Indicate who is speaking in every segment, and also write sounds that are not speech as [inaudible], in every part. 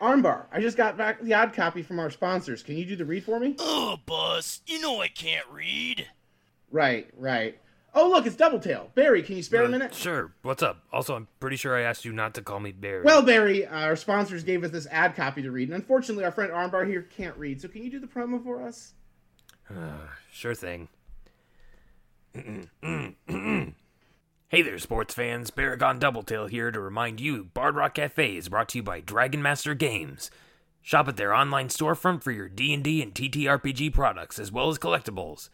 Speaker 1: Armbar, I just got back the odd copy from our sponsors. Can you do the read for me?
Speaker 2: Ugh, Buzz, you know I can't read.
Speaker 1: Right, right. Oh, look, it's Doubletail. Barry, can you spare a
Speaker 3: Uh,
Speaker 1: minute?
Speaker 3: Sure. What's up? Also, I'm pretty sure I asked you not to call me Barry.
Speaker 1: Well, Barry, our sponsors gave us this ad copy to read, and unfortunately, our friend Armbar here can't read. So, can you do the promo for us?
Speaker 3: [sighs] Sure thing. [clears throat] hey there, sports fans. Paragon Doubletail here to remind you Bard Rock Cafe is brought to you by Dragon Master Games. Shop at their online storefront for your D&D and TTRPG products, as well as collectibles.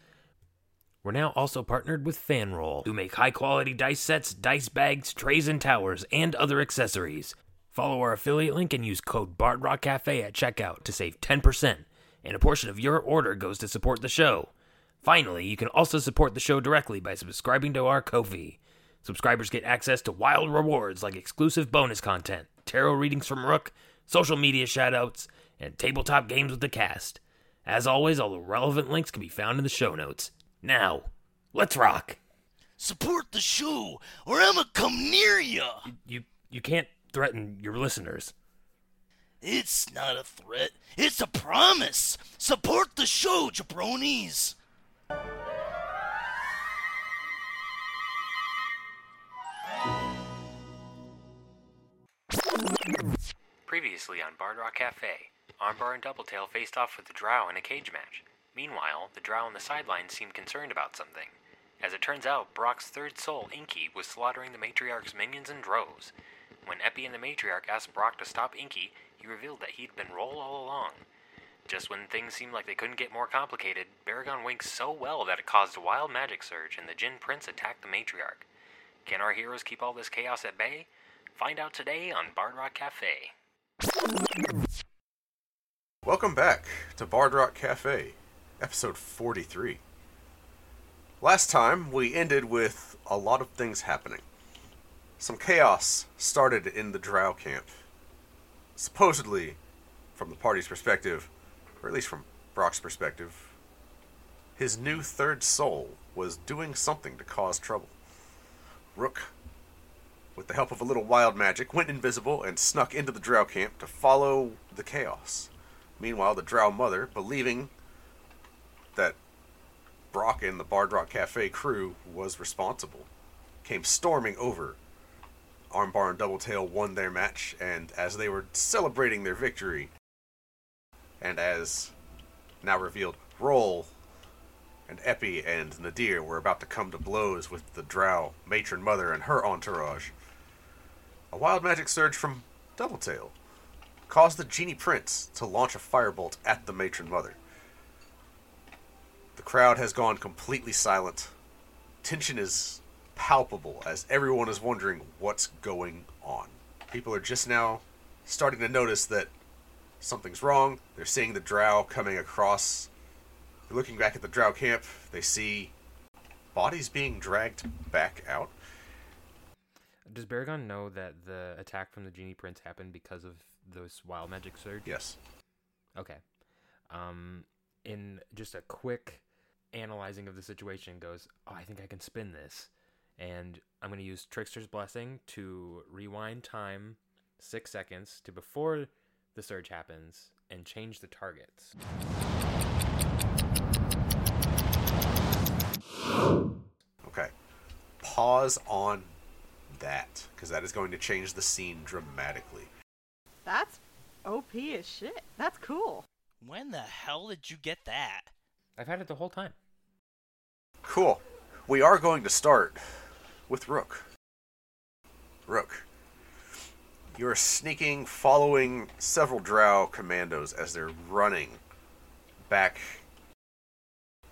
Speaker 3: We're now also partnered with Fanroll, who make high-quality dice sets, dice bags, trays and towers, and other accessories. Follow our affiliate link and use code BartRockCafe at checkout to save 10%, and a portion of your order goes to support the show. Finally, you can also support the show directly by subscribing to our Ko-fi. Subscribers get access to wild rewards like exclusive bonus content, tarot readings from Rook, social media shoutouts, and tabletop games with the cast. As always, all the relevant links can be found in the show notes. Now, let's rock.
Speaker 2: Support the show, or I'ma come near ya.
Speaker 3: You you can't threaten your listeners.
Speaker 2: It's not a threat, it's a promise. Support the show, jabronis.
Speaker 3: Previously on Bard Rock Cafe, Armbar and Doubletail faced off with the Drow in a cage match. Meanwhile, the Drow on the sidelines seemed concerned about something. As it turns out, Brock's third soul, Inky, was slaughtering the Matriarch's minions in droves. When Epi and the Matriarch asked Brock to stop Inky, he revealed that he'd been Roll all along. Just when things seemed like they couldn't get more complicated, Baragon winked so well that it caused a wild magic surge and the Jinn Prince attacked the Matriarch. Can our heroes keep all this chaos at bay? Find out today on Bard Rock Cafe.
Speaker 4: Welcome back to Bard Rock Cafe, episode 43. Last time, we ended with a lot of things happening. Some chaos started in the Drow camp. Supposedly, from the party's perspective, or at least from Brock's perspective, his new third soul was doing something to cause trouble. Rook, with the help of a little wild magic, went invisible and snuck into the Drow camp to follow the chaos. Meanwhile, the Drow mother, believing that Brock and the Bard Rock Cafe crew was responsible, came storming over. Armbar and Doubletail won their match, and as they were celebrating their victory, and as now revealed, Roll and Epi and Nadir were about to come to blows with the Drow matron mother and her entourage. A wild magic surge from Doubletail caused the genie prince to launch a firebolt at the matron mother. The crowd has gone completely silent. Tension is palpable as everyone is wondering what's going on. People are just now starting to notice that something's wrong. They're seeing the drow coming across. They're looking back at the drow camp. They see bodies being dragged back out.
Speaker 3: Does Baragon know that the attack from the genie prince happened because of those wild magic surge?
Speaker 4: Yes.
Speaker 3: Okay. Um, in just a quick analyzing of the situation, goes, oh, I think I can spin this, and I'm going to use Trickster's Blessing to rewind time six seconds to before the surge happens and change the targets.
Speaker 4: Okay. Pause on that because that is going to change the scene dramatically.
Speaker 5: That's OP as shit. That's cool.
Speaker 2: When the hell did you get that?
Speaker 3: I've had it the whole time.
Speaker 4: Cool. We are going to start with Rook. Rook, you're sneaking, following several drow commandos as they're running back.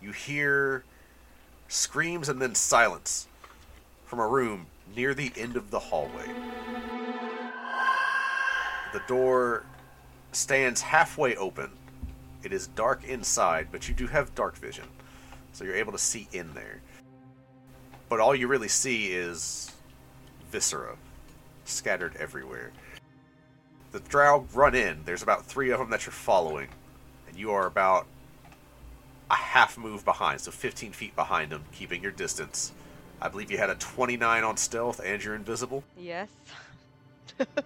Speaker 4: You hear screams and then silence from a room near the end of the hallway. The door stands halfway open. It is dark inside, but you do have dark vision so you're able to see in there. But all you really see is viscera scattered everywhere. The drow run in. There's about three of them that you're following, and you are about a half move behind, so 15 feet behind them, keeping your distance I believe you had a 29 on stealth and you're invisible.
Speaker 5: Yes.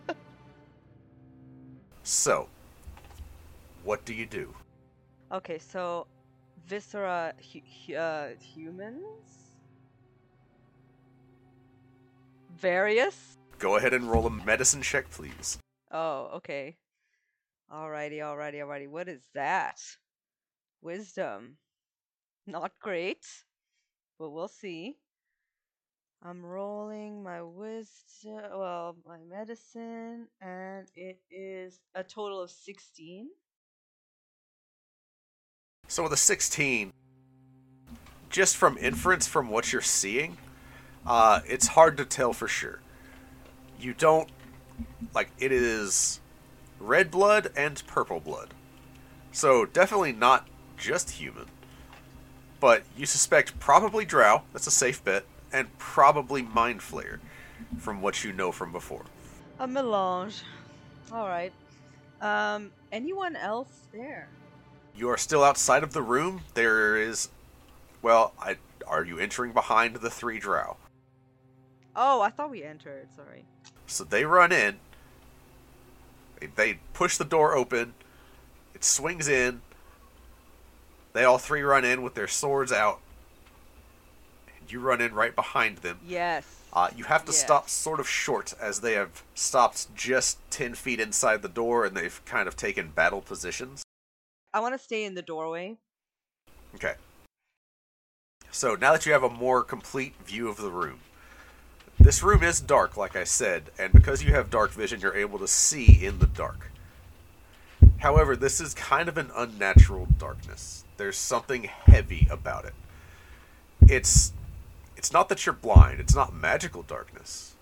Speaker 5: [laughs]
Speaker 4: So, what do you do?
Speaker 5: Okay, so viscera hu- hu- uh, humans? Various?
Speaker 4: Go ahead and roll a medicine check, please.
Speaker 5: Oh, okay. Alrighty, alrighty, alrighty. What is that? Wisdom. Not great, but we'll see. I'm rolling my wisdom, well, my medicine, and it is a total of 16.
Speaker 4: So with a 16, just from inference from what you're seeing, uh, it's hard to tell for sure. You don't like it is red blood and purple blood, so definitely not just human. But you suspect probably Drow. That's a safe bet, and probably Mind Flayer, from what you know from before.
Speaker 5: A melange. Alright. Um, anyone else there?
Speaker 4: You are still outside of the room. There is, well, I are you entering behind the three Drow?
Speaker 5: Oh, I thought we entered, sorry.
Speaker 4: So they run in. They- They push the door open. It swings in. They all three run in with their swords out. And you run in right behind them.
Speaker 5: Yes.
Speaker 4: Uh, you have to
Speaker 5: Yes.
Speaker 4: stop sort of short as they have stopped just 10 feet inside the door and they've kind of taken battle positions.
Speaker 5: I want to stay in the doorway.
Speaker 4: Okay. So now that you have a more complete view of the room, this room is dark, like I said, and because you have dark vision, you're able to see in the dark. However, this is kind of an unnatural darkness. There's something heavy about it. It's it's not that you're blind, it's not magical darkness,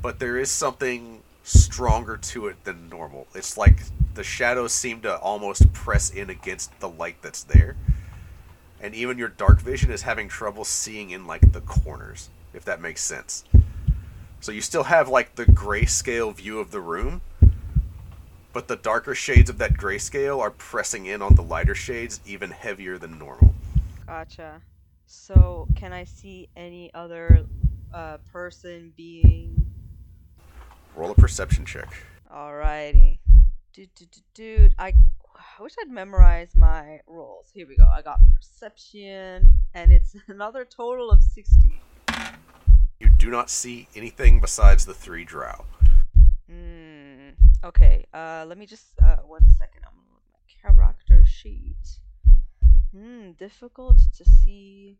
Speaker 4: but there is something stronger to it than normal. It's like the shadows seem to almost press in against the light that's there and even your dark vision is having trouble seeing in like the corners if that makes sense so you still have like the grayscale view of the room but the darker shades of that grayscale are pressing in on the lighter shades even heavier than normal
Speaker 5: Gotcha. So, can I see any other uh, person being.
Speaker 4: roll a perception check
Speaker 5: Alrighty. Dude, dude, dude, dude. I, I wish I'd memorized my rolls. Here we go. I got perception, and it's [laughs] another total of 60.
Speaker 4: you do not see anything besides the three drow
Speaker 5: Hmm. Okay. Uh, let me just uh one second. I'm gonna look at my character sheet. Hmm. Difficult to see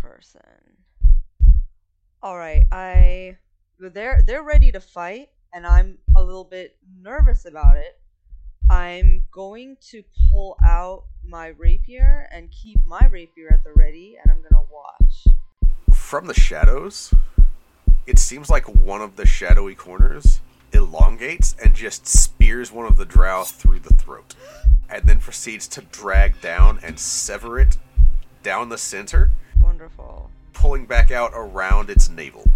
Speaker 5: person. All right. I they're they're ready to fight, and I'm a little bit nervous about it. I'm going to pull out my rapier and keep my rapier at the ready, and I'm gonna watch. [laughs]
Speaker 4: from the shadows it seems like one of the shadowy corners elongates and just spears one of the drow through the throat and then proceeds to drag down and sever it down the center
Speaker 5: Wonderful.
Speaker 4: pulling back out around its navel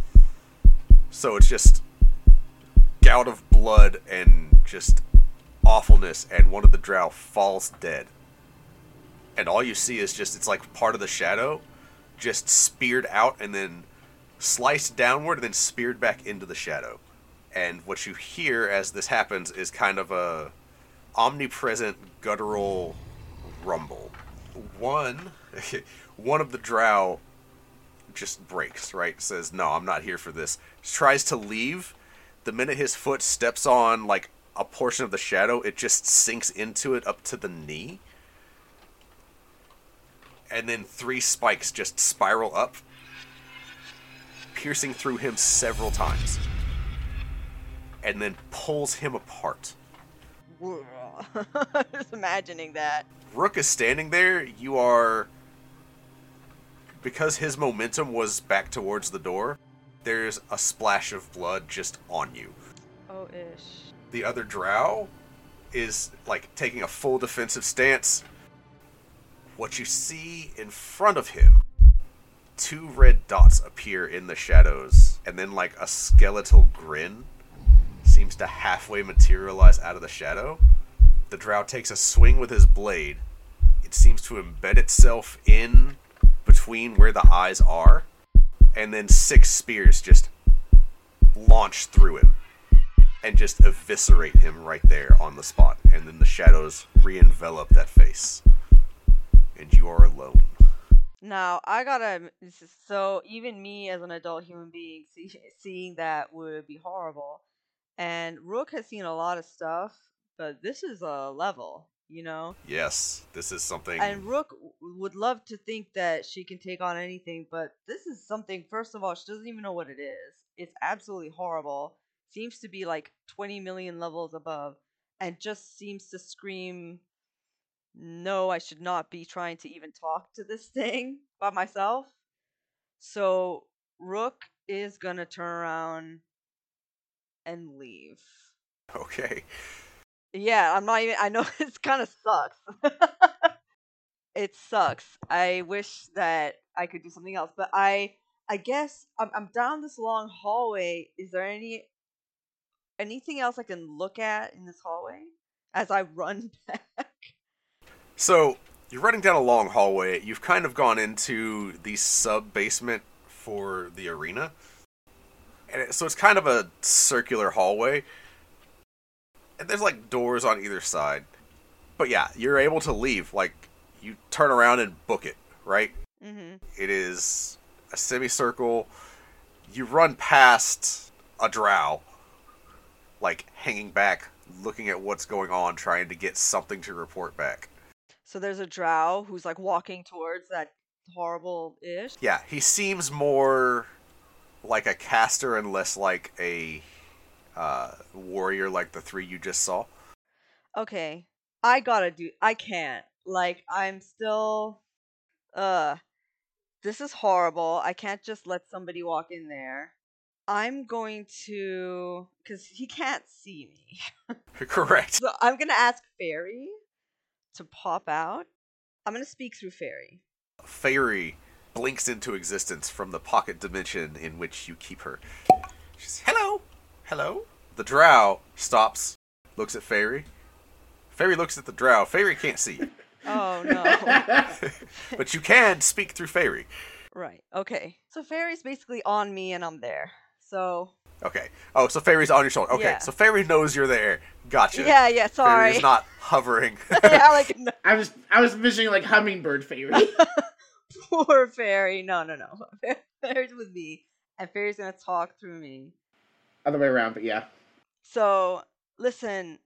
Speaker 4: so it's just gout of blood and just awfulness and one of the drow falls dead and all you see is just it's like part of the shadow just speared out and then sliced downward and then speared back into the shadow and what you hear as this happens is kind of a omnipresent guttural rumble one [laughs] one of the drow just breaks right says no i'm not here for this tries to leave the minute his foot steps on like a portion of the shadow it just sinks into it up to the knee and then three spikes just spiral up, piercing through him several times, and then pulls him apart.
Speaker 5: just imagining that.
Speaker 4: Rook is standing there. You are. Because his momentum was back towards the door, there's a splash of blood just on you.
Speaker 5: Oh ish.
Speaker 4: The other drow is like taking a full defensive stance. What you see in front of him, two red dots appear in the shadows, and then like a skeletal grin seems to halfway materialize out of the shadow. The drow takes a swing with his blade. It seems to embed itself in between where the eyes are, and then six spears just launch through him and just eviscerate him right there on the spot. And then the shadows re envelop that face. And you are alone.
Speaker 5: Now I gotta. this is- So even me as an adult human being, see, [laughs] seeing that would be horrible. And Rook has seen a lot of stuff, but this is a level, you know.
Speaker 4: Yes, this is something.
Speaker 5: And Rook w- would love to think that she can take on anything, but this is something. First of all, she doesn't even know what it is. It's absolutely horrible. Seems to be like 20 million levels above, and just seems to scream, "No, I should not be trying to even talk to this [laughs] thing by myself." So Rook is gonna turn around and leave.
Speaker 4: Okay.
Speaker 5: Yeah, I'm not even. I know [laughs] it's kind of sucks. [laughs] it sucks. I wish that I could do something else, but I, I guess I'm, I'm down this long hallway. Is there any, anything else I can look at in this hallway as I run [laughs] back?
Speaker 4: So you're running down a long hallway. You've kind of gone into the sub basement for the arena, and it, so it's kind of a circular hallway. And there's like doors on either side, but yeah, you're able to leave. Like you turn around and book it, right?
Speaker 5: Mm-hmm.
Speaker 4: It is a semicircle. You run past a drow, like hanging back, looking at what's going on, trying to get something to report back.
Speaker 5: So there's a drow who's like walking towards that horrible ish.
Speaker 4: Yeah, he seems more like a caster and less like a uh, warrior, like the three you just saw. [laughs]
Speaker 5: okay, I gotta do. I can't. Like, I'm still. Uh, this is horrible. I can't just let somebody walk in there. I'm going to, cause he can't see me. [laughs]
Speaker 4: Correct.
Speaker 5: So I'm gonna ask Fairy to pop out. I'm gonna speak through Fairy.
Speaker 4: Fairy blinks into existence from the pocket dimension in which you keep her. She's hello, hello. The Drow stops, looks at Fairy. Fairy looks at the Drow. Fairy can't see, you,
Speaker 5: Oh no.
Speaker 4: but you can speak through Fairy.
Speaker 5: right. Okay. So Fairy's basically on me and I'm there. So [laughs]
Speaker 4: Okay. Oh, so Fairy's on your shoulder. Okay,
Speaker 5: Yeah.
Speaker 4: so Fairy knows you're there. Gotcha.
Speaker 5: yeah, yeah.
Speaker 4: Fairy
Speaker 5: Sorry.
Speaker 4: is not hovering.
Speaker 5: yeah, like no.
Speaker 1: I was I was envisioning like hummingbird fairy.
Speaker 5: [laughs] poor fairy. No, no, no. [laughs] Fairy's with me, and fairy's gonna talk through me.
Speaker 1: Other way around, but yeah.
Speaker 5: So listen,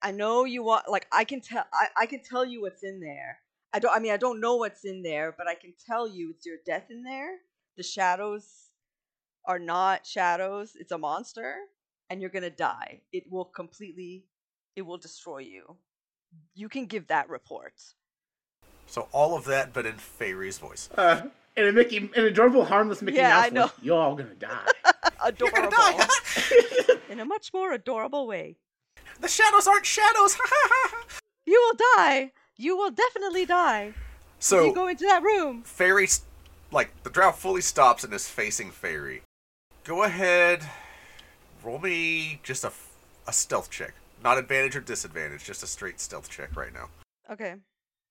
Speaker 5: I know you want. Like I can tell. I, I can tell you what's in there. I don't. I mean, I don't know what's in there, but I can tell you it's your death in there. The shadows are not shadows. It's a monster, and you're gonna die. It will completely. It will destroy you. You can give that report.
Speaker 4: So all of that, but in Fairy's voice.
Speaker 1: Uh, and a Mickey, an adorable, harmless Mickey
Speaker 5: Yeah,
Speaker 1: Mouse.
Speaker 5: I
Speaker 1: voice,
Speaker 5: know.
Speaker 1: You're all gonna die.
Speaker 4: You're gonna
Speaker 5: Adorable.
Speaker 4: die. [laughs]
Speaker 5: in a much more adorable way.
Speaker 4: the shadows aren't shadows. [laughs]
Speaker 5: You will die. You will definitely die. if you
Speaker 4: so
Speaker 5: go into that room.
Speaker 4: Fairy, s- like the drow, fully stops and is facing Fairy. Go ahead, roll me just a, f- a stealth check. Not advantage or disadvantage, just a straight stealth check right now.
Speaker 5: Okay.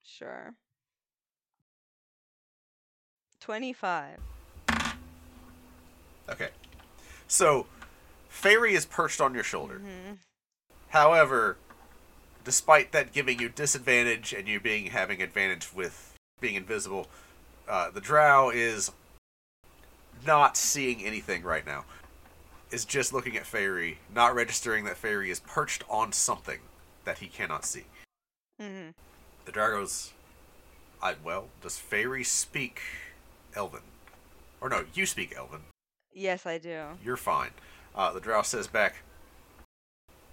Speaker 5: Sure. 25.
Speaker 4: Okay. So, Fairy is perched on your shoulder.
Speaker 5: Mhm.
Speaker 4: However, despite that giving you disadvantage and you being having advantage with being invisible, uh, the Drow is not seeing anything right now. Is just looking at Fairy, not registering that Fairy is perched on something that he cannot see.
Speaker 5: Mhm.
Speaker 4: The Drow goes, I, "Well, does Fairy speak Elven? Or no, you speak Elven.
Speaker 5: Yes, I do.
Speaker 4: You're fine." Uh, the Drow says back,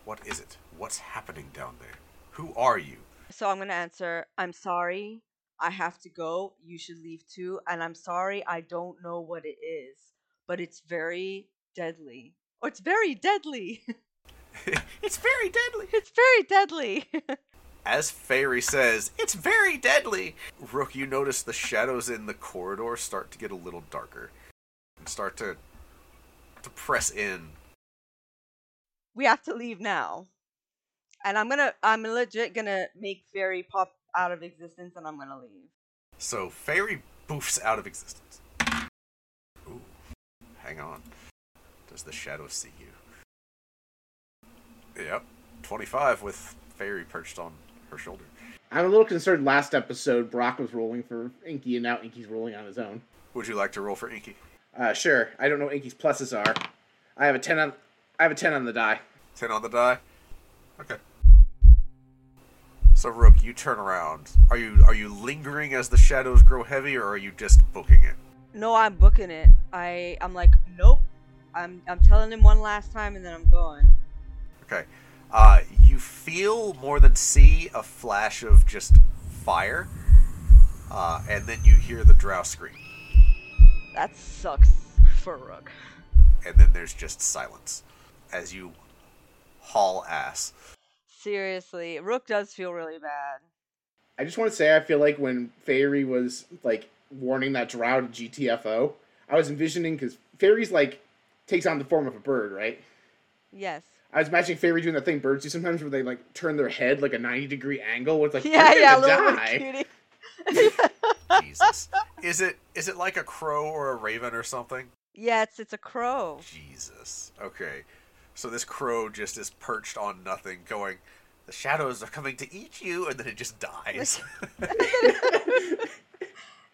Speaker 4: "What is it? What's happening down there? Who are you?"
Speaker 5: So I'm going to answer, I'm sorry. I have to go. You should leave too. And I'm sorry, I don't know what it is, but it's very deadly. Or it's very deadly. [laughs]
Speaker 4: it's very deadly.
Speaker 5: it's very deadly. [laughs]
Speaker 4: As Fairy says, it's very deadly. Rook, you notice the shadows in the corridor start to get a little darker and start to to press in.
Speaker 5: we have to leave now. And I'm gonna, I'm legit gonna make Fairy pop out of existence, and I'm gonna leave.
Speaker 4: So Fairy boofs out of existence. Ooh. Hang on. Does the shadow see you? Yep. 25 with Fairy perched on her shoulder.
Speaker 1: I'm a little concerned. Last episode, Brock was rolling for Inky, and now Inky's rolling on his own.
Speaker 4: Would you like to roll for Inky?
Speaker 1: Uh, sure. I don't know what Inky's pluses are. I have a ten on. I have a ten on the die.
Speaker 4: 10 on the die? Okay. So Rook, you turn around. Are you are you lingering as the shadows grow heavy or are you just booking it?
Speaker 5: No, I'm booking it. I I'm like, nope. I'm I'm telling him one last time and then I'm going.
Speaker 4: Okay. Uh, you feel more than see a flash of just fire, uh, and then you hear the drow scream,
Speaker 5: That sucks for Rook.
Speaker 4: and then there's just silence as you haul ass.
Speaker 5: Seriously, Rook does feel really bad.
Speaker 1: I just want to say I feel like when Fairy was like warning that drow to GTFO, I was envisioning because Fairy's like takes on the form of a bird, right?
Speaker 5: Yes.
Speaker 1: I was imagining Fairy doing that thing birds do sometimes where they like turn their head like a 90 degree angle where it's like,
Speaker 5: yeah,
Speaker 1: "You're
Speaker 5: yeah,
Speaker 1: gonna
Speaker 5: little
Speaker 1: die."
Speaker 5: cutie. [laughs]
Speaker 4: Jesus, is it is it like a crow or a raven or something?
Speaker 5: Yeah, it's it's a crow.
Speaker 4: Jesus. Okay, so this crow just is perched on nothing, going, "The shadows are coming to eat you," and then it just dies. [laughs]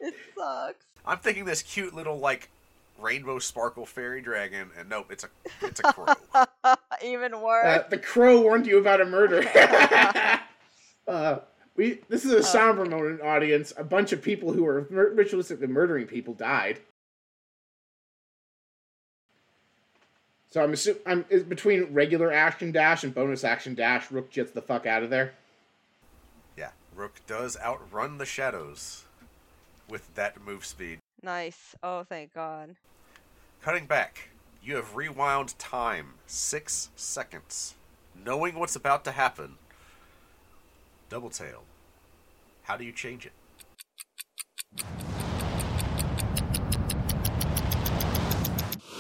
Speaker 5: It sucks.
Speaker 4: I'm thinking this cute little like rainbow sparkle fairy dragon, and nope, it's a it's a crow.
Speaker 5: [laughs] Even worse.
Speaker 1: Uh, the crow warned you about a murder. [laughs] uh, we this is a somber moment, audience. A bunch of people who were mur- ritualistically murdering people died. So I'm assuming I'm is between regular action dash and bonus action dash. Rook gets the fuck out of there.
Speaker 4: yeah, Rook does outrun the shadows with that move speed.
Speaker 5: nice. Oh, thank God.
Speaker 4: Cutting back, you have rewound time six seconds. Knowing what's about to happen, Double Tail, how do you change it?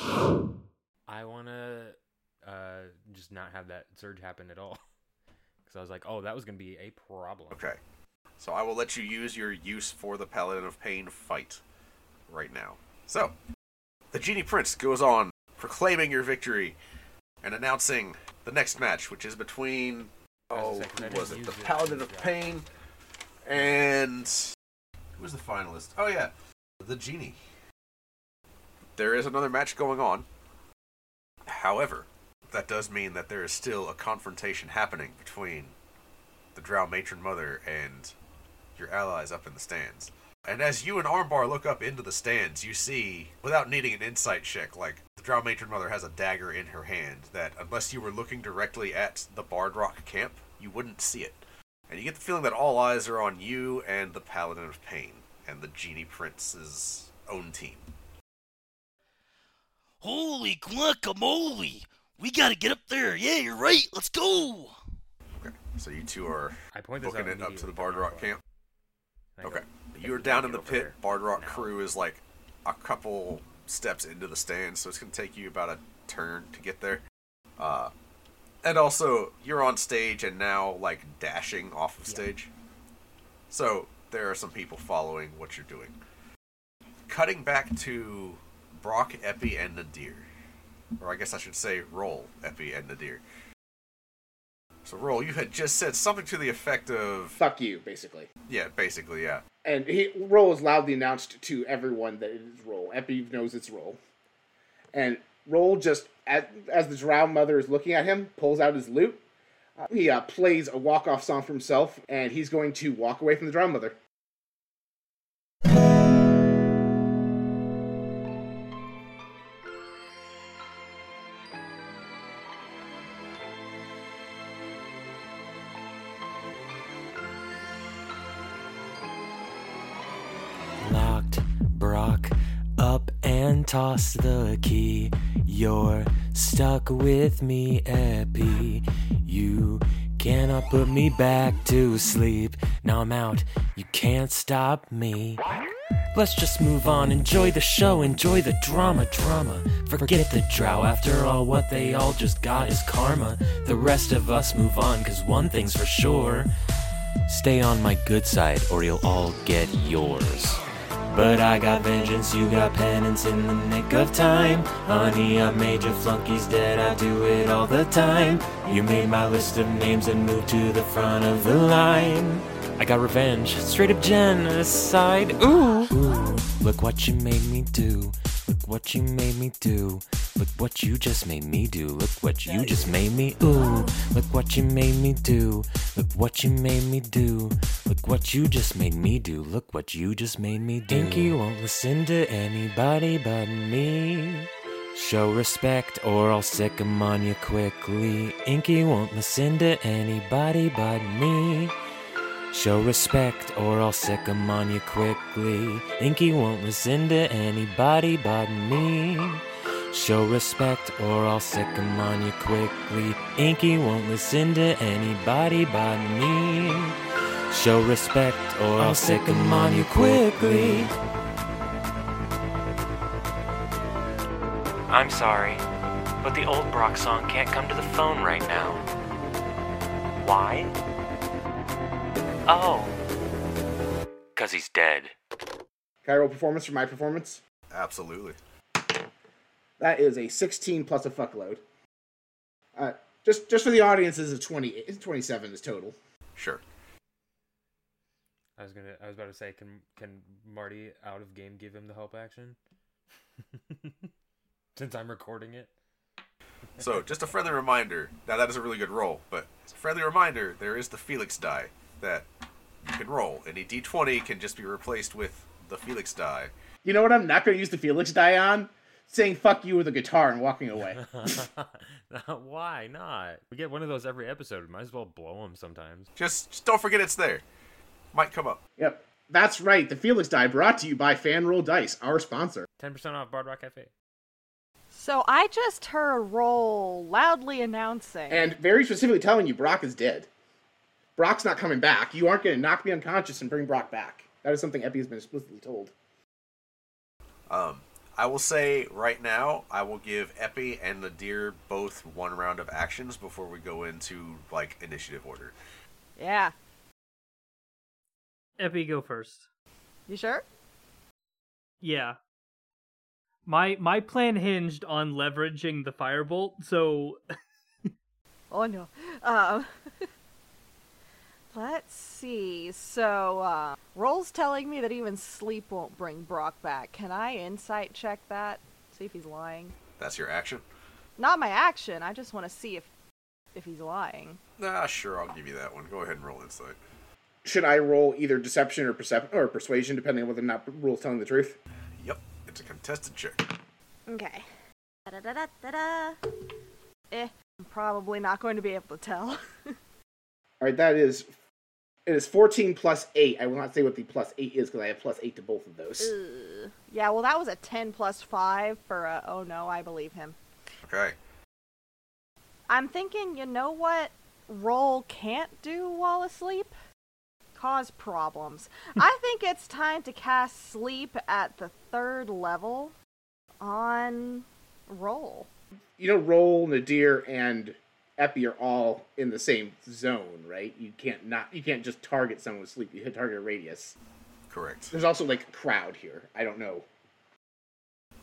Speaker 3: I want to uh, just not have that surge happen at all. [laughs] Because I was like, oh, that was going to be a problem.
Speaker 4: Okay, so I will let you use your use for the Paladin of Pain fight right now. So, the Genie Prince goes on proclaiming your victory and announcing the next match, which is between.
Speaker 3: That was
Speaker 4: Oh,
Speaker 3: the second I
Speaker 4: who
Speaker 3: didn't
Speaker 4: was it?
Speaker 3: use
Speaker 4: The
Speaker 3: it.
Speaker 4: Paladin of Pain and. Who was the finalist? Oh, yeah. The Genie. There is another match going on. However, that does mean that there is still a confrontation happening between the Drow Matron Mother and your allies up in the stands. And as you and Armbar look up into the stands, you see, without needing an insight check, like the Drow Matron Mother has a dagger in her hand that, unless you were looking directly at the Bard Rock camp, you wouldn't see it. And you get the feeling that all eyes are on you and the Paladin of Pain and the Genie Prince's own team.
Speaker 2: [laughs] Holy guacamole! We gotta get up there. Yeah, you're right. Let's go.
Speaker 4: Okay, so you two are
Speaker 3: I point this
Speaker 4: booking
Speaker 3: out
Speaker 4: it up to the
Speaker 3: immediately.
Speaker 4: Bard Rock camp.
Speaker 3: And I go,
Speaker 4: Okay.
Speaker 3: "Okay,
Speaker 4: You're
Speaker 3: we
Speaker 4: down
Speaker 3: gotta
Speaker 4: in the
Speaker 3: get over
Speaker 4: pit.
Speaker 3: there
Speaker 4: Bard Rock
Speaker 3: now."
Speaker 4: crew is like a couple steps into the stand, so it's going to take you about a turn to get there. Uh, and also, you're on stage and now like dashing off of
Speaker 3: Yeah.
Speaker 4: stage. So there are some people following what you're doing. Cutting back to Brock, Epi, and Nadir. Or I guess I should say Roll, Epi, and Nadir. So Roll, you had just said something to the effect of
Speaker 1: Fuck you, basically.
Speaker 4: yeah, basically,
Speaker 1: [laughs]
Speaker 4: yeah.
Speaker 1: And he roll is loudly announced to everyone that it is roll. Epi knows it's roll, and roll just as, as the drow mother is looking at him, pulls out his lute. Uh, he uh, plays a walk off song for himself, and he's going to walk away from the drow mother.
Speaker 6: locked Brock up and toss the key. You're stuck with me, Epi. You cannot put me back to sleep. Now I'm out. You can't stop me. Let's just move on. Enjoy the show. Enjoy the drama. Drama. Forget the drow. After all, what they all just got is karma. The rest of us move on, cause one thing's for sure. Stay on my good side, or you'll all get yours. But I got vengeance, you got penance in the nick of time. Honey, I made your flunkies dead, I do it all the time. You made my list of names and moved to the front of the line. I got revenge, straight up genocide. Ooh! Ooh, look what you made me do. Look what you made me do. Look what you just made me do. Look what you just made me. Ooh, look what you made me do. Look what you made me do. Look what you just made me do. Look what you just made me do. Dinky won't listen to anybody but me. Show respect or I'll sick 'em on you quickly. Inky won't listen to anybody but me. Show respect or I'll sick 'em on you quickly. Inky won't listen to anybody but me. Show respect or I'll sick 'em on you quickly. Inky won't listen to anybody but me. Show respect or I'll sick 'em on you quickly. I'm sorry, but the old Brock song can't come to the phone right now. Why? Oh. Because he's dead.
Speaker 1: Can I roll performance for my performance?
Speaker 4: Absolutely.
Speaker 1: That is a 16 plus a fuckload. Uh, just just for the audience, is a 20, it's 27 is total.
Speaker 4: Sure.
Speaker 3: I was gonna. I was about to say, can can Marty out of game give him the help action? [laughs] Since I'm recording it. [laughs]
Speaker 4: So, just a friendly reminder. Now, that is a really good roll, but as a friendly reminder, there is the Felix die that you can roll. Any d20 can just be replaced with the Felix die.
Speaker 1: You know what? I'm not going to use the Felix die on saying "fuck you" with a guitar and walking
Speaker 3: [laughs]
Speaker 1: away.
Speaker 3: Why not? We get one of those every episode. Might as well blow them sometimes.
Speaker 4: Just, just don't forget it's there. Might come up.
Speaker 1: yep, that's right. The Felix die brought to you by FanRoll Dice, our sponsor.
Speaker 3: Ten percent off Bard Rock Cafe.
Speaker 7: So I just heard a roll loudly announcing.
Speaker 1: and very specifically telling you Brock is dead. Brock's not coming back. You aren't going to knock me unconscious and bring Brock back. That is something Epi has been explicitly told.
Speaker 4: Um, I will say right now, I will give Epi and Nadir both one round of actions before we go into like initiative order.
Speaker 7: yeah.
Speaker 8: Epi, go first.
Speaker 7: You sure?
Speaker 8: Yeah. My my plan hinged on leveraging the firebolt, so [laughs]
Speaker 7: Oh no. Um, [laughs] let's see. So uh, Roll's telling me that even sleep won't bring Brock back. Can I insight check that? See if he's lying.
Speaker 4: That's your action?
Speaker 7: Not my action. I just want to see if if he's lying.
Speaker 4: Nah, sure, I'll give you that one. Go ahead and roll insight.
Speaker 1: Should I roll either deception or perception or persuasion, depending on whether or not rule's telling the truth?
Speaker 4: Yep, it's a contested check.
Speaker 7: Okay. Da-da-da-da-da. Eh, I'm probably not going to be able to tell. [laughs]
Speaker 1: All right, that is it is fourteen plus eight. I will not say what the plus eight is because I have plus eight to both of those.
Speaker 7: Ugh. yeah, well, that was a 10 plus 5 for a, oh no, I believe him.
Speaker 4: Okay.
Speaker 7: I'm thinking, you know what Roll can't do while asleep? Cause problems. I think it's time to cast Sleep at the third level on Roll.
Speaker 1: You know, roll Nadir and Epi are all in the same zone, right? You can't not you can't just target someone with sleep. You hit target radius.
Speaker 4: Correct.
Speaker 1: There's also like crowd here. I don't know.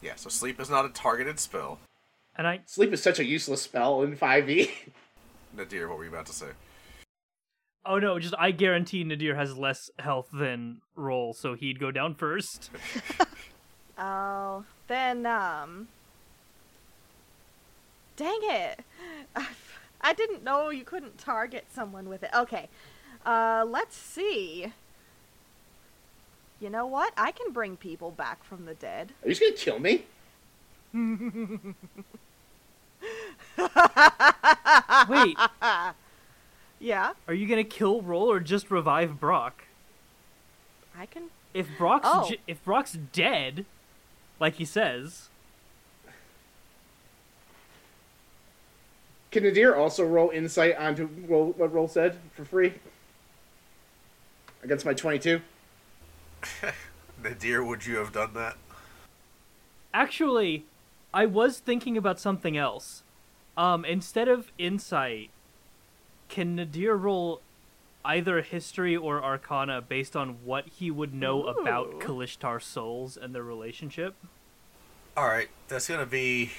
Speaker 4: Yeah, so sleep is not a targeted spell.
Speaker 8: and I
Speaker 1: Sleep is such a useless spell in E. [laughs] 5e.
Speaker 4: Nadir, what were you about to say?
Speaker 8: oh no, just I guarantee Nadir has less health than roll, so he'd go down
Speaker 7: [laughs]
Speaker 8: first.
Speaker 7: Oh, then um. Dang it! [laughs] I didn't know you couldn't target someone with it. Okay, uh, let's see. You know what? I can bring people back from the dead.
Speaker 1: Are you just gonna kill me?
Speaker 8: Wait,
Speaker 7: [laughs] Yeah,
Speaker 8: are you gonna kill roll or just revive Brock?
Speaker 7: I can.
Speaker 8: If Brock's
Speaker 7: Oh.
Speaker 8: j- if Brock's dead, like he says,
Speaker 1: Can Nadir also roll insight onto roll, what roll said for free? Against my 22?
Speaker 4: [laughs] Nadir, would you have done that?
Speaker 8: actually, I was thinking about something else. Um, instead of insight, can Nadir roll either history or arcana based on what he would know
Speaker 7: Ooh.
Speaker 8: about Kalishtar souls and their relationship.
Speaker 4: All right, that's going to be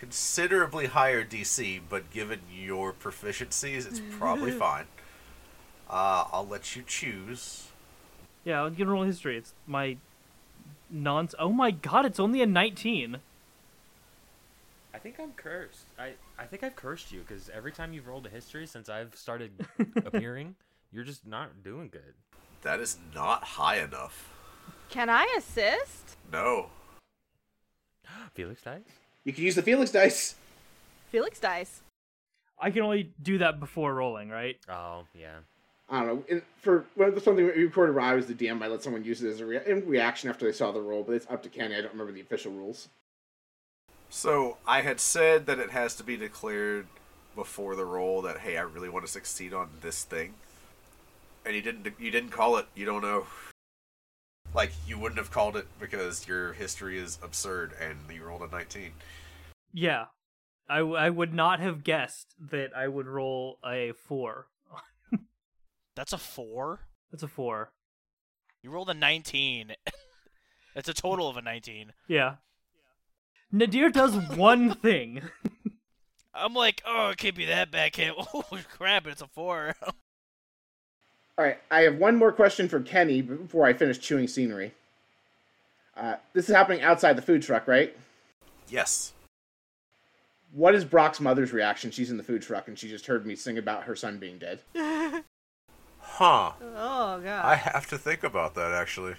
Speaker 4: considerably higher DC, but given your proficiencies, it's probably fine. Uh, I'll let you choose.
Speaker 8: Yeah, I'm gonna roll history. It's my non. Oh my god, it's only a 19.
Speaker 9: I think I'm cursed. I, I think I've cursed you because every time you've rolled a history since I've [laughs] started appearing, you're just not doing good.
Speaker 4: That is not high enough.
Speaker 7: Can I assist?
Speaker 4: No.
Speaker 9: [gasps] Felix dies?
Speaker 1: You can use the Felix dice.
Speaker 7: Felix dice. [laughs]
Speaker 8: I can only do that before rolling, right?
Speaker 9: Oh, yeah.
Speaker 1: I don't know. In, for well, something we recorded where I was the DM, I let someone use it as a rea- in reaction after they saw the roll, but it's up to Kenny. I don't remember the official rules.
Speaker 4: So I had said that it has to be declared before the roll that hey, I really want to succeed on this thing, and you didn't. You didn't call it. You don't know. Like you wouldn't have called it because your history is absurd and you rolled a nineteen.
Speaker 8: Yeah. I, w- I would not have guessed that I would roll a 4.
Speaker 2: That's a four.
Speaker 8: That's a 4.
Speaker 2: You rolled a
Speaker 10: [laughs]
Speaker 2: 19. That's a total of a 19.
Speaker 8: Yeah. Nadir does one thing.
Speaker 2: I'm like, oh, it can't be that bad,
Speaker 10: [laughs]
Speaker 2: can it? Oh, crap, it's a four.
Speaker 1: All right, I have one more question for Kenny before I finish chewing scenery. Uh, this is happening outside the food truck, right?
Speaker 4: Yes.
Speaker 1: What is Brock's mother's reaction? She's in the food truck and she just heard me sing about her son being dead.
Speaker 4: Huh.
Speaker 7: Oh god.
Speaker 4: I have to think about that actually.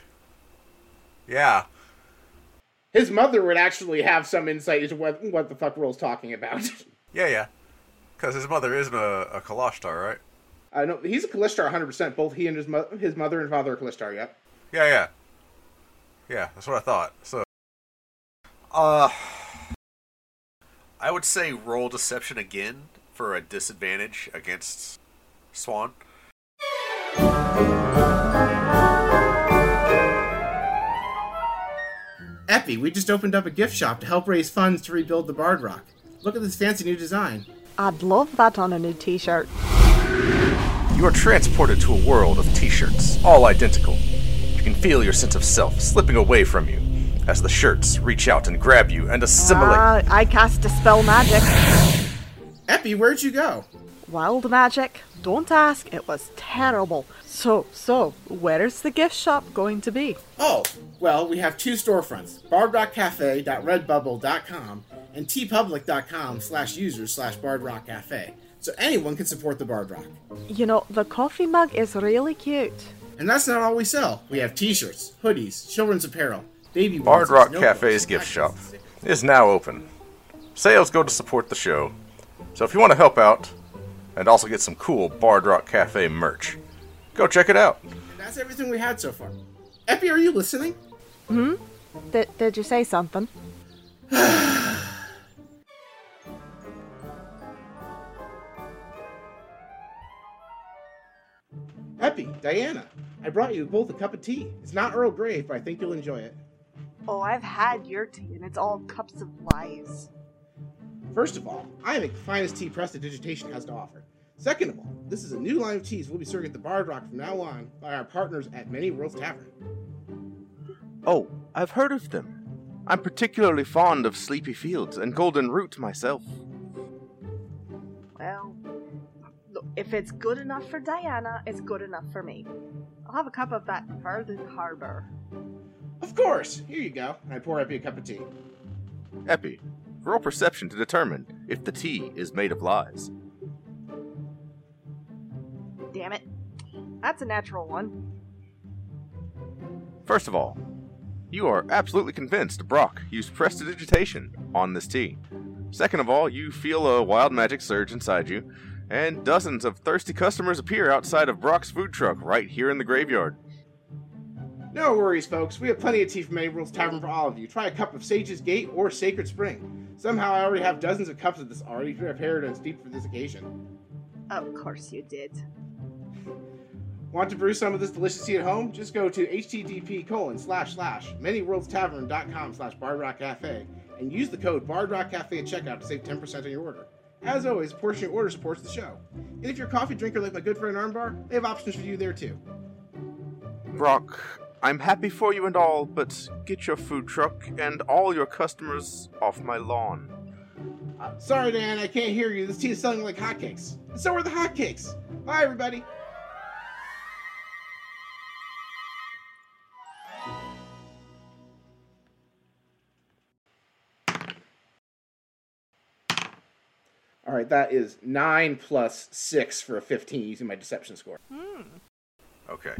Speaker 4: Yeah.
Speaker 1: His mother would actually have some insight into what, what the fuck Roll's talking about. [laughs]
Speaker 4: Yeah. Yeah. Because his mother is a, a Kalashtar, right?
Speaker 1: uh, no, he's a Callistar 100%. Both he and his, mo- his mother and father are Callistar, yep.
Speaker 4: Yeah, yeah. Yeah, that's what I thought. So uh I would say roll deception again for a disadvantage against Swan.
Speaker 11: Epi, we just opened up a gift shop to help raise funds to rebuild the Bard Rock. Look at this fancy new design.
Speaker 7: I'd love that on a new t-shirt.
Speaker 4: You are transported to a world of t-shirts, all identical. You can feel your sense of self slipping away from you as the shirts reach out and grab you and assimilate.
Speaker 7: Uh, I cast dispel magic.
Speaker 11: Epi, where'd you go?
Speaker 7: Wild magic. Don't ask, it was terrible. So, so, where is the gift shop going to be?
Speaker 11: Oh, well, we have two storefronts, bardrockcafe.redbubble.com and tpublic.com slash users slash bardrockcafe, so anyone can support the Bard Rock.
Speaker 7: You know, the coffee mug is really cute.
Speaker 11: And that's not all we sell. We have t-shirts, hoodies, children's apparel, baby
Speaker 4: Bard
Speaker 11: onesies,
Speaker 4: Rock
Speaker 11: notebooks,
Speaker 4: Cafe's gift shop
Speaker 11: mattresses.
Speaker 4: is now open. Sales go to support the show, so if you want to help out and also get some cool Bard Rock Cafe merch, go check it out.
Speaker 11: And that's everything we had so far. Epi, are you listening?
Speaker 7: Did did you say [sighs] something? Oh,
Speaker 1: Epi, Diana, I brought you both a cup of tea. It's not Earl Grey, but I think you'll enjoy it.
Speaker 7: Oh, I've had your tea and it's all cups of lies.
Speaker 1: First of all, I am the finest tea prestidigitation has to offer. Second of all, this is a new line of teas we'll be serving at the Bard Rock from now on by our partners at Many Worlds Tavern.
Speaker 12: Oh, I've heard of them. I'm particularly fond of Sleepy Fields and Golden Root myself.
Speaker 7: Well, look, if it's good enough for Diana, it's good enough for me. I'll have a cup of that Verdant Harbor.
Speaker 1: Of course! Here you go. And I pour Epi a cup of tea.
Speaker 12: Epi, roll perception to determine if the tea is made of lies.
Speaker 7: Damn it. That's a natural one.
Speaker 12: First of all, you are absolutely convinced Brock used prestidigitation on this tea. Second of all, you feel a wild magic surge inside you, and dozens of thirsty customers appear outside of Brock's food truck right here in the graveyard.
Speaker 1: No worries, folks. We have plenty of tea from Many Worlds Tavern for all of you. Try a cup of Sage's Gate or Sacred Spring. Somehow I already have dozens of cups of this already prepared and steeped for this occasion.
Speaker 7: Of course you did.
Speaker 1: Want to brew some of this delicious tea at home? Just go to http colon slash slash manyworldstavern.com slash bardrockcafe and use the code bardrockcafe at checkout to save 10% on your order.
Speaker 11: As always, a portion of your order supports the show. And if you're a coffee drinker like my good friend Armbar, they have options for you there too.
Speaker 12: Brock, I'm happy for you and all, but get your food truck and all your customers off my lawn.
Speaker 11: Uh, sorry, Dan, I can't hear you. This tea is selling like hotcakes. And so are the hotcakes. Bye, everybody.
Speaker 1: All right, that is nine plus six for a fifteen using my deception score.
Speaker 7: Hmm.
Speaker 4: Okay.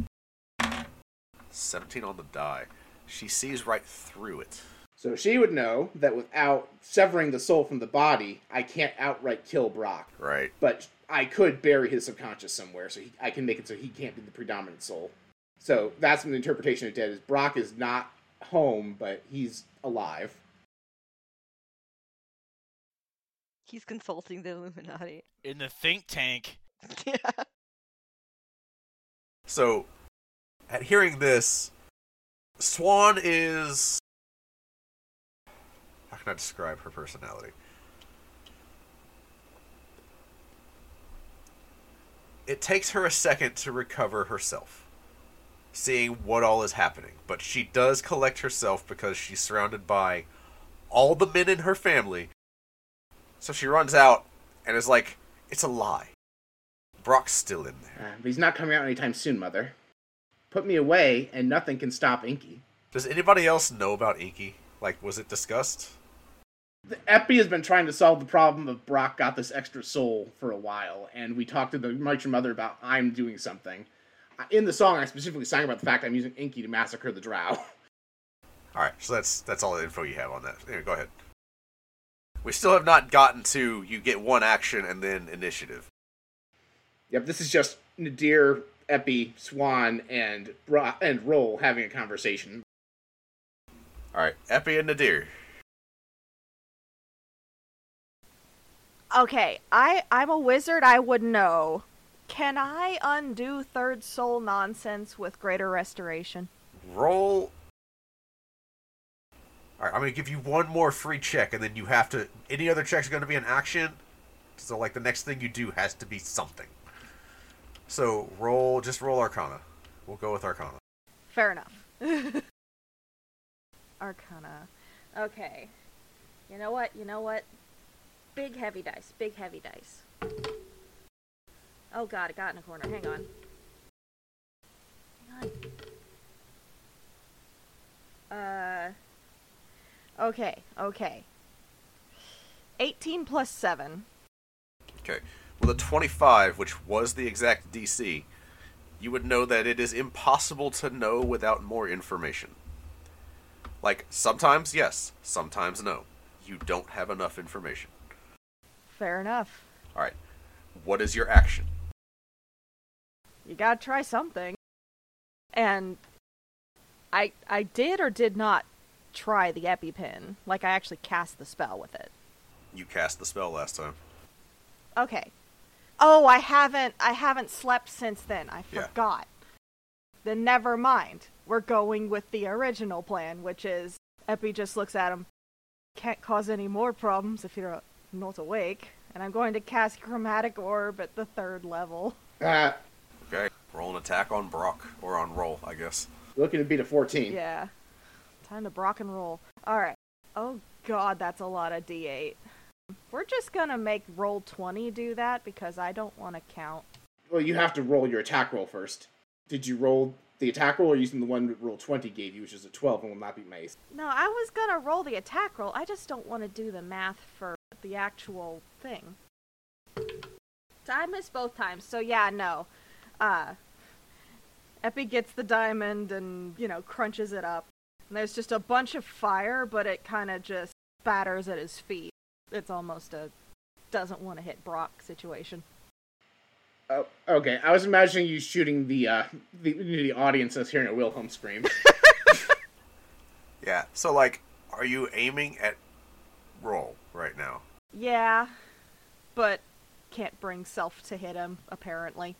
Speaker 4: 17 on the die. She sees right through it.
Speaker 1: So she would know that without severing the soul from the body, I can't outright kill Brock.
Speaker 4: Right.
Speaker 1: But I could bury his subconscious somewhere, so he, I can make it so he can't be the predominant soul. So that's an interpretation of dead is Brock is not home, but he's alive.
Speaker 5: He's consulting the Illuminati.
Speaker 2: In the think tank.
Speaker 5: yeah.
Speaker 4: So, at hearing this, Swan is. How can I describe her personality? It takes her a second to recover herself, seeing what all is happening, but she does collect herself because she's surrounded by all the men in her family. So she runs out and is like, it's a lie. Brock's still in there.
Speaker 1: Uh, but he's not coming out anytime soon, Mother. Put me away, and nothing can stop Inky.
Speaker 4: Does anybody else know about Inky? Like, was it discussed?
Speaker 1: The Epi has been trying to solve the problem of Brock got this extra soul for a while, and we talked to the Mike your mother about I'm doing something. Uh, In the song, I specifically sang about the fact I'm using Inky to massacre the Drow. [laughs]
Speaker 4: All right, so that's that's all the info you have on that. Anyway, go ahead. We still have not gotten to you get one action and then initiative.
Speaker 1: Yep, this is just Nadir, Epi, Swan, and Bra- and Roll having a conversation.
Speaker 4: All right, Epi and Nadir.
Speaker 7: Okay, I I'm a wizard. I would know. Can I undo third soul nonsense with greater restoration?
Speaker 4: Roll. All right, I'm gonna give you one more free check, and then you have to. Any other checks are gonna be an action. So like the next thing you do has to be something. So roll, just roll Arcana. We'll go with Arcana.
Speaker 7: Fair enough. [laughs] Arcana. Okay. You know what? You know what? Big heavy dice. Big heavy dice. Oh god, it got in a corner. Hang on. Hang on. Uh. Okay, okay. 18 plus 7.
Speaker 4: Okay. With a 25, which was the exact DC, you would know that it is impossible to know without more information. Like, sometimes yes, sometimes no. You don't have enough information.
Speaker 7: Fair enough.
Speaker 4: Alright. What is your action?
Speaker 7: you gotta try something. And I I did or did not try the EpiPen. Like I actually cast the spell with it.
Speaker 4: You cast the spell last time.
Speaker 7: Okay. Oh, I haven't I haven't slept since then. I
Speaker 4: Yeah.
Speaker 7: forgot. Then never mind. We're going with the original plan, which is Epi just looks at him. Can't cause any more problems if you're not awake. And I'm going to cast Chromatic Orb at the third level.
Speaker 1: Ah,
Speaker 4: Okay. Roll an attack on Brock, or on roll, I guess.
Speaker 1: looking to beat a 14.
Speaker 7: Yeah. Time to rock and roll. All right. Oh god, that's a lot of d8. We're just going to make roll 20 do that because I don't want to count.
Speaker 1: Well, you have to roll your attack roll first. Did you roll the attack roll or using the one that roll 20 gave you, which is a 12 and will not beat my AC?
Speaker 7: No, I was going to roll the attack roll. I just don't want to do the math for the actual thing. So I missed both times. So yeah, no. Uh Epi gets the diamond and, you know, crunches it up. And there's just a bunch of fire, but it kind of just spatters at his feet. It's almost a doesn't want to hit Brock situation.
Speaker 1: Oh, okay. I was imagining you shooting the uh, the, the audience as hearing a Wilhelm scream.
Speaker 4: Yeah. So, like, are you aiming at roll right now?
Speaker 7: Yeah, but can't bring self to hit him, apparently.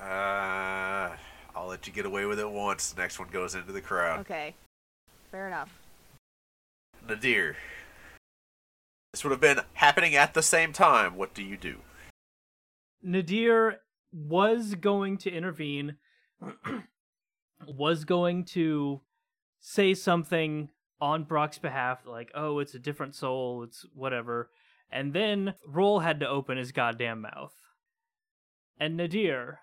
Speaker 4: Uh, I'll let you get away with it once. Next one goes into the crowd.
Speaker 7: Okay. Fair enough.
Speaker 4: Nadir. This This would have been happening at the same time. What do you do?
Speaker 8: Nadir was going to intervene, [clears throat] was going to say something on Brock's behalf, like, oh, it's a different soul, it's whatever. And then Roll had to open his goddamn mouth. And Nadir,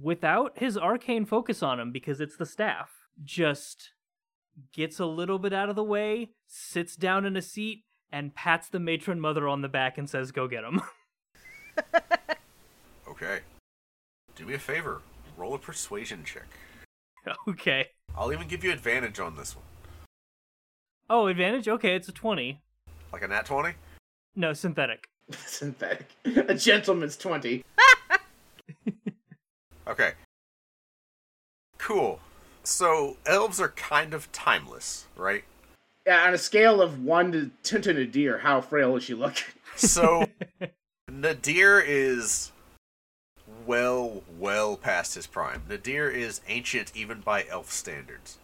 Speaker 8: without his arcane focus on him, because it's the staff, just gets a little bit out of the way, sits down in a seat, and pats the matron mother on the back and says, go get him. [laughs]
Speaker 4: Okay. Do me a favor. Roll a persuasion check.
Speaker 8: okay.
Speaker 4: I'll even give you advantage on this one.
Speaker 8: Oh, advantage? Okay, it's a 20.
Speaker 4: Like a nat 20?
Speaker 8: No, synthetic.
Speaker 1: synthetic. [laughs] A gentleman's 20.
Speaker 4: Okay. Cool. So, elves are kind of timeless, right?
Speaker 1: Yeah, on a scale of 1 to 10 to Nadir, how frail is she looking?
Speaker 4: So, Nadir is well, well past his prime. Nadir is ancient even by elf standards.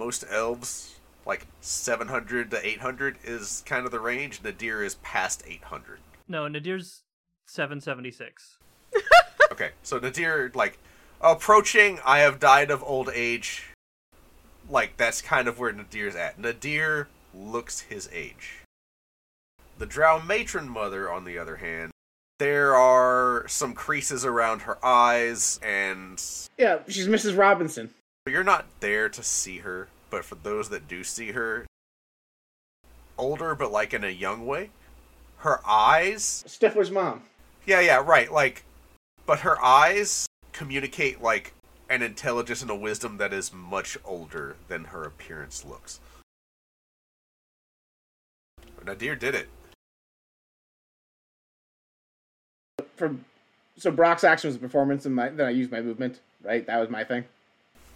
Speaker 4: Most elves, like 700 to 800, is kind of the range. Nadir is past 800.
Speaker 8: No, Nadir's 776.
Speaker 4: Okay, so Nadir, like, approaching I have died of old age. Like, that's kind of where Nadir's at. Nadir looks his age. The Drow Matron Mother, on the other hand, there are some creases around her eyes, and
Speaker 1: [laughs] Yeah, she's Mrs. Robinson.
Speaker 4: you're not there to see her, but for those that do see her, older, but like in a young way, her eyes
Speaker 1: Stifler's mom.
Speaker 4: Yeah, yeah, right. Like, but her eyes communicate like an intelligence and a wisdom that is much older than her appearance looks. Nadir did it.
Speaker 1: From so Brock's action was a performance, and my, then I used my movement. Right, that was my thing.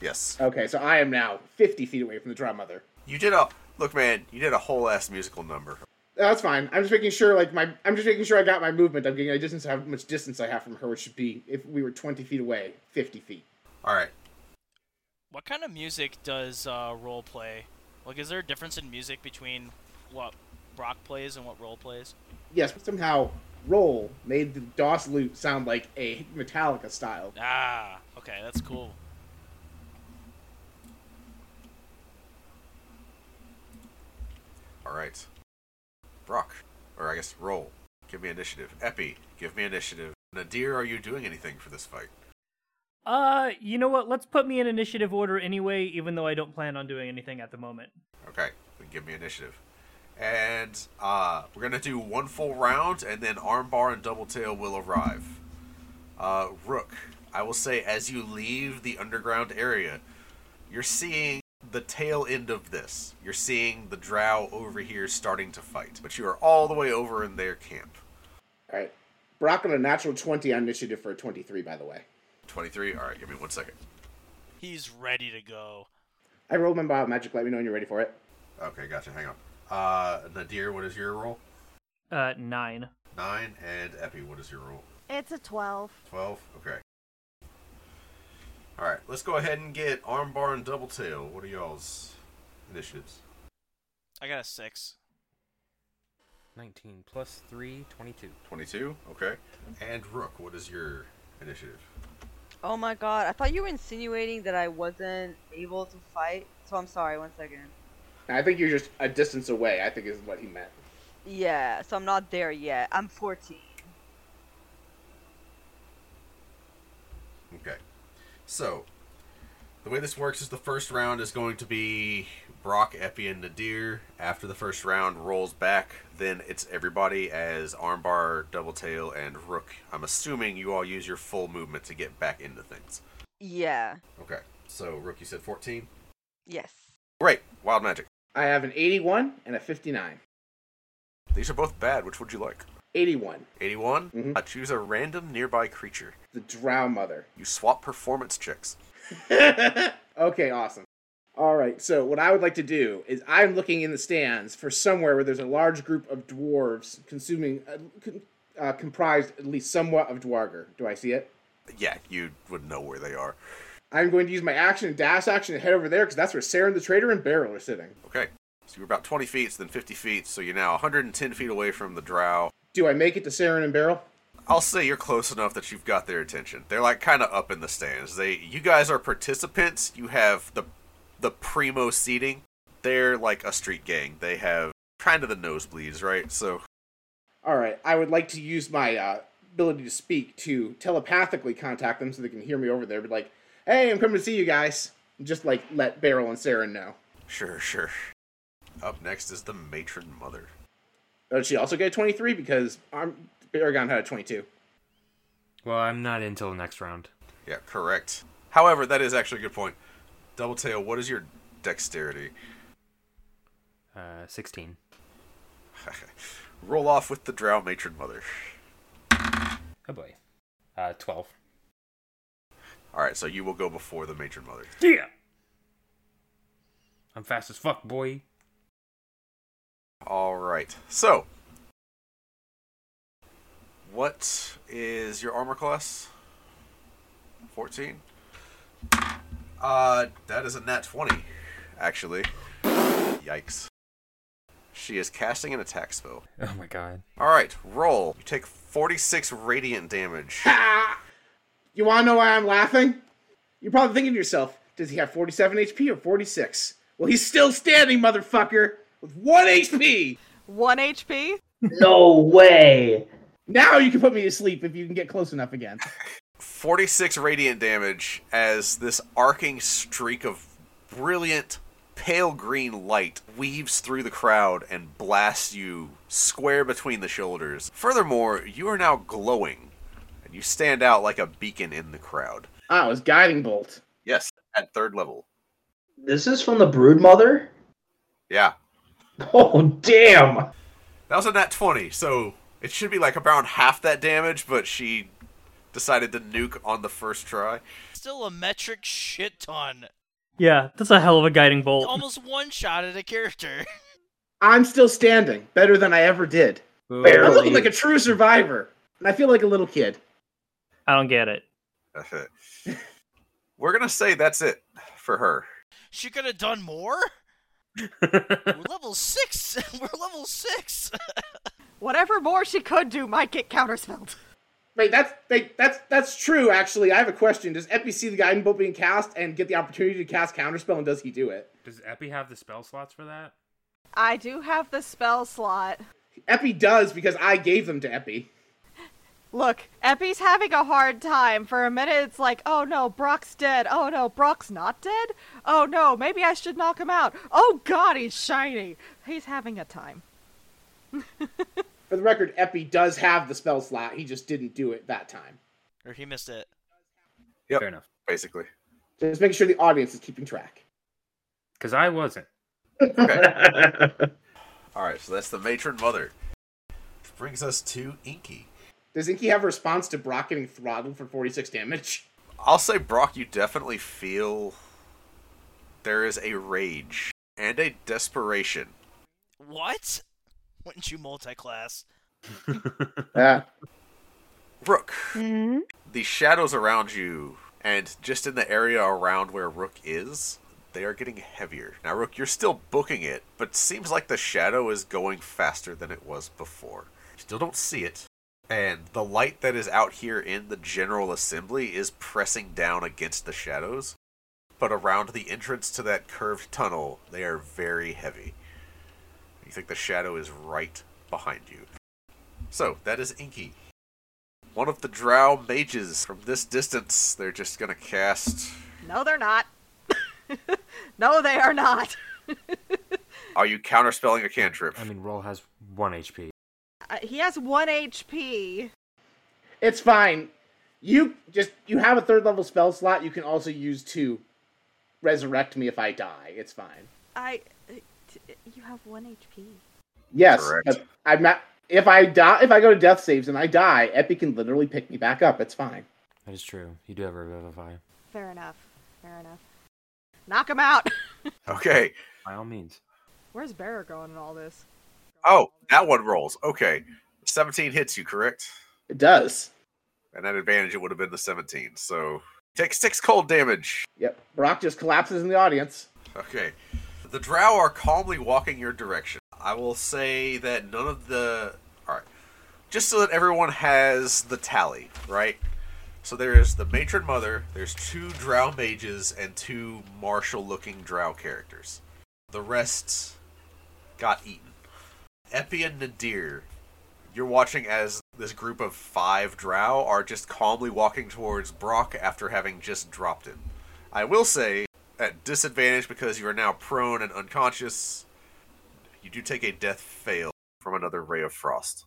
Speaker 4: Yes.
Speaker 1: Okay, so I am now 50 feet away from the drum mother.
Speaker 4: You did a look, man. You did a whole ass musical number.
Speaker 1: That's fine. I'm just making sure, like my, I'm just making sure I got my movement. I'm getting a distance, how much distance I have from her, which should be if we were 20 feet away, 50 feet.
Speaker 4: All right.
Speaker 10: What kind of music does uh, role play? Like, is there a difference in music between what Brock plays and what role plays?
Speaker 1: Yes, but somehow roll made the DOS loot sound like a Metallica style.
Speaker 10: Ah, okay, that's cool.
Speaker 4: All right. Brock, or I guess roll. Give me initiative. Epi, give me initiative. Nadir, are you doing anything for this fight?
Speaker 8: Uh, you know what? Let's put me in initiative order anyway, even though I don't plan on doing anything at the moment.
Speaker 4: Okay, then give me initiative. And uh, we're gonna do one full round, and then armbar and double tail will arrive. Uh, Rook, I will say as you leave the underground area, you're seeing the tail end of this. You're seeing the Drow over here starting to fight, but you are all the way over in their camp.
Speaker 1: All right, Brock on a natural 20 on initiative for a 23, by the way.
Speaker 4: Twenty-three. All right, give me one second.
Speaker 10: He's ready to go.
Speaker 1: I rolled my bio magic. Let me know when you're ready for it.
Speaker 4: Okay, gotcha. Hang on. Uh, Nadir, what is your roll?
Speaker 8: Uh, nine.
Speaker 4: Nine. And Epi, what is your roll?
Speaker 7: It's a 12.
Speaker 4: 12? Okay. Alright, let's go ahead and get armbar and double tail. What are y'all's initiatives?
Speaker 10: I got a six.
Speaker 9: 19 plus 3, 22.
Speaker 4: 22? Okay. And Rook, what is your initiative?
Speaker 5: Oh my god, I thought you were insinuating that I wasn't able to fight. So I'm sorry, one second.
Speaker 1: I think you're just a distance away. I think is what he meant.
Speaker 5: Yeah, so I'm not there yet. I'm 14.
Speaker 4: Okay. So, the way this works is the first round is going to be Brock, Epi, and Nadir. After the first round rolls back, then it's everybody as armbar, double tail, and Rook. I'm assuming you all use your full movement to get back into things.
Speaker 5: Yeah.
Speaker 4: Okay. So, Rook, you said 14?
Speaker 5: Yes.
Speaker 4: Great. Wild magic.
Speaker 1: I have an 81 and a 59.
Speaker 4: These are both bad. Which would you like?
Speaker 1: 81.
Speaker 4: 81. I choose a random nearby creature.
Speaker 1: Mm-hmm. The Drow Mother.
Speaker 4: You swap performance checks.
Speaker 1: Okay, awesome. All right, so what I would like to do is I'm looking in the stands for somewhere where there's a large group of dwarves consuming, uh, con- uh, comprised at least somewhat of Dwarger. Do I see it?
Speaker 4: Yeah, you would know where they are.
Speaker 1: I'm going to use my action and dash action to head over there because that's where Saren the Trader and Beryl are sitting.
Speaker 4: Okay. So you're about 20 feet, then 50 feet, so you're now 110 feet away from the drow.
Speaker 1: Do I make it to Saren and Barrel?
Speaker 4: I'll say you're close enough that you've got their attention. They're like kind of up in the stands. They, you guys are participants. You have the, the primo seating. They're like a street gang. They have kind of the nosebleeds, right? So
Speaker 1: All right, I would like to use my uh, ability to speak to telepathically contact them so they can hear me over there. Be like, "Hey, I'm coming to see you guys." And just like let Beryl and Saren know.
Speaker 4: sure, sure. Up next is the matron mother.
Speaker 1: Does Oh, she also get 23 because Arm- Aragon had a 22?
Speaker 9: Well, I'm not until next round.
Speaker 4: Yeah, correct. However, that is actually a good point. Double tail, what is your dexterity?
Speaker 9: Uh, 16.
Speaker 4: [laughs] Roll off with the drow matron mother.
Speaker 9: Oh boy. Uh, 12.
Speaker 4: All right, so you will go before the matron mother.
Speaker 9: Yeah! I'm fast as fuck, boy.
Speaker 4: All right. So, what is your armor class? 14. Uh, that is a nat 20, actually. Yikes. She is casting an attack spell.
Speaker 9: Oh my god.
Speaker 4: All right, roll. You take 46 radiant damage.
Speaker 1: You want to know why I'm laughing? You're probably thinking to yourself, "Does he have 47 HP or 46?" Well, he's still standing, motherfucker, with one HP.
Speaker 7: One HP?
Speaker 1: No way. Now you can put me to sleep if you can get close enough again.
Speaker 4: 46 radiant damage as this arcing streak of brilliant pale green light weaves through the crowd and blasts you square between the shoulders. Furthermore, you are now glowing and you stand out like a beacon in the crowd.
Speaker 1: Ah, it was guiding bolt.
Speaker 4: Yes, at third level.
Speaker 13: This is from the Brood Mother.
Speaker 4: Yeah.
Speaker 13: [laughs] Oh damn!
Speaker 4: That was a nat 20, so it should be like around half that damage, but she decided to nuke on the first try.
Speaker 10: Still a metric shit ton.
Speaker 8: Yeah, that's a hell of a guiding bolt.
Speaker 10: Almost one shot at a character. [laughs]
Speaker 1: I'm still standing, better than I ever did. I'm looking like a true survivor, and I feel like a little kid.
Speaker 8: I don't get it.
Speaker 4: [laughs] We're going to say that's it for her.
Speaker 10: She could have done more. we're level six. [laughs] We're level six. [laughs]
Speaker 7: Whatever more she could do might get counterspelled.
Speaker 1: Wait, that's wait, that's that's true. Actually, I have a question. Does Epi see the guiding bolt being cast and get the opportunity to cast counterspell, and does he do it?
Speaker 9: Does Epi have the spell slots for that?
Speaker 7: I do have the spell slot.
Speaker 1: Epi does because I gave them to Epi.
Speaker 7: Look, Epi's having a hard time. For a minute, it's like, oh no, Brock's dead. Oh no, Brock's not dead? Oh no, maybe I should knock him out. Oh god, he's shiny. He's having a time.
Speaker 1: For the record, Epi does have the spell slot. He just didn't do it that time.
Speaker 10: Or he missed it.
Speaker 4: Yep.
Speaker 9: Fair enough.
Speaker 4: Basically.
Speaker 1: Just making sure the audience is keeping track.
Speaker 9: Because I wasn't.
Speaker 4: All right, so that's the matron mother. Which brings us to Inky.
Speaker 1: Does Inky have a response to Brock getting throttled for 46 damage?
Speaker 4: I'll say, Brock, you definitely feel there is a rage and a desperation.
Speaker 10: What? Wouldn't you multi-class?
Speaker 1: Yeah.
Speaker 4: Rook, the shadows around you and just in the area around where Rook is, they are getting heavier. Now, Rook, you're still booking it, but seems like the shadow is going faster than it was before. Still don't see it. And the light that is out here in the General Assembly is pressing down against the shadows. But around the entrance to that curved tunnel, they are very heavy. You think the shadow is right behind you. So, that is Inky. One of the drow mages from this distance, they're just gonna cast.
Speaker 7: No, they're not. [laughs] no, they are not.
Speaker 4: Are you counterspelling a cantrip?
Speaker 9: I mean, Roll has 1 HP.
Speaker 7: Uh, he has 1 HP.
Speaker 1: It's fine. You just you have a third level spell slot. You can also use to resurrect me if I die. It's fine.
Speaker 7: I. uh, You have 1 HP.
Speaker 1: Yes,
Speaker 4: Correct.
Speaker 1: but I'm not. If I die, if I go to death saves and I die, Epi can literally pick me back up. It's fine.
Speaker 9: That is true. You do have Revivify.
Speaker 7: Fair enough. Fair enough. Knock him out. [laughs]
Speaker 4: Okay.
Speaker 9: By all means.
Speaker 7: Where's Bear going in all this?
Speaker 4: Oh, that one rolls. Okay. 17 hits you, correct?
Speaker 1: It does.
Speaker 4: And at advantage, it would have been the 17. So, take six cold damage.
Speaker 1: Yep. Brock just collapses in the audience.
Speaker 4: Okay. The drow are calmly walking your direction. I will say that none of the. Alright. Just so that everyone has the tally, right? So there's the matron mother, there's two drow mages, and two martial looking drow characters. The rest got eaten. Epi and Nadir, you're watching as this group of five drow are just calmly walking towards Brock after having just dropped him. I will say, at disadvantage because you are now prone and unconscious, you do take a death fail from another ray of frost.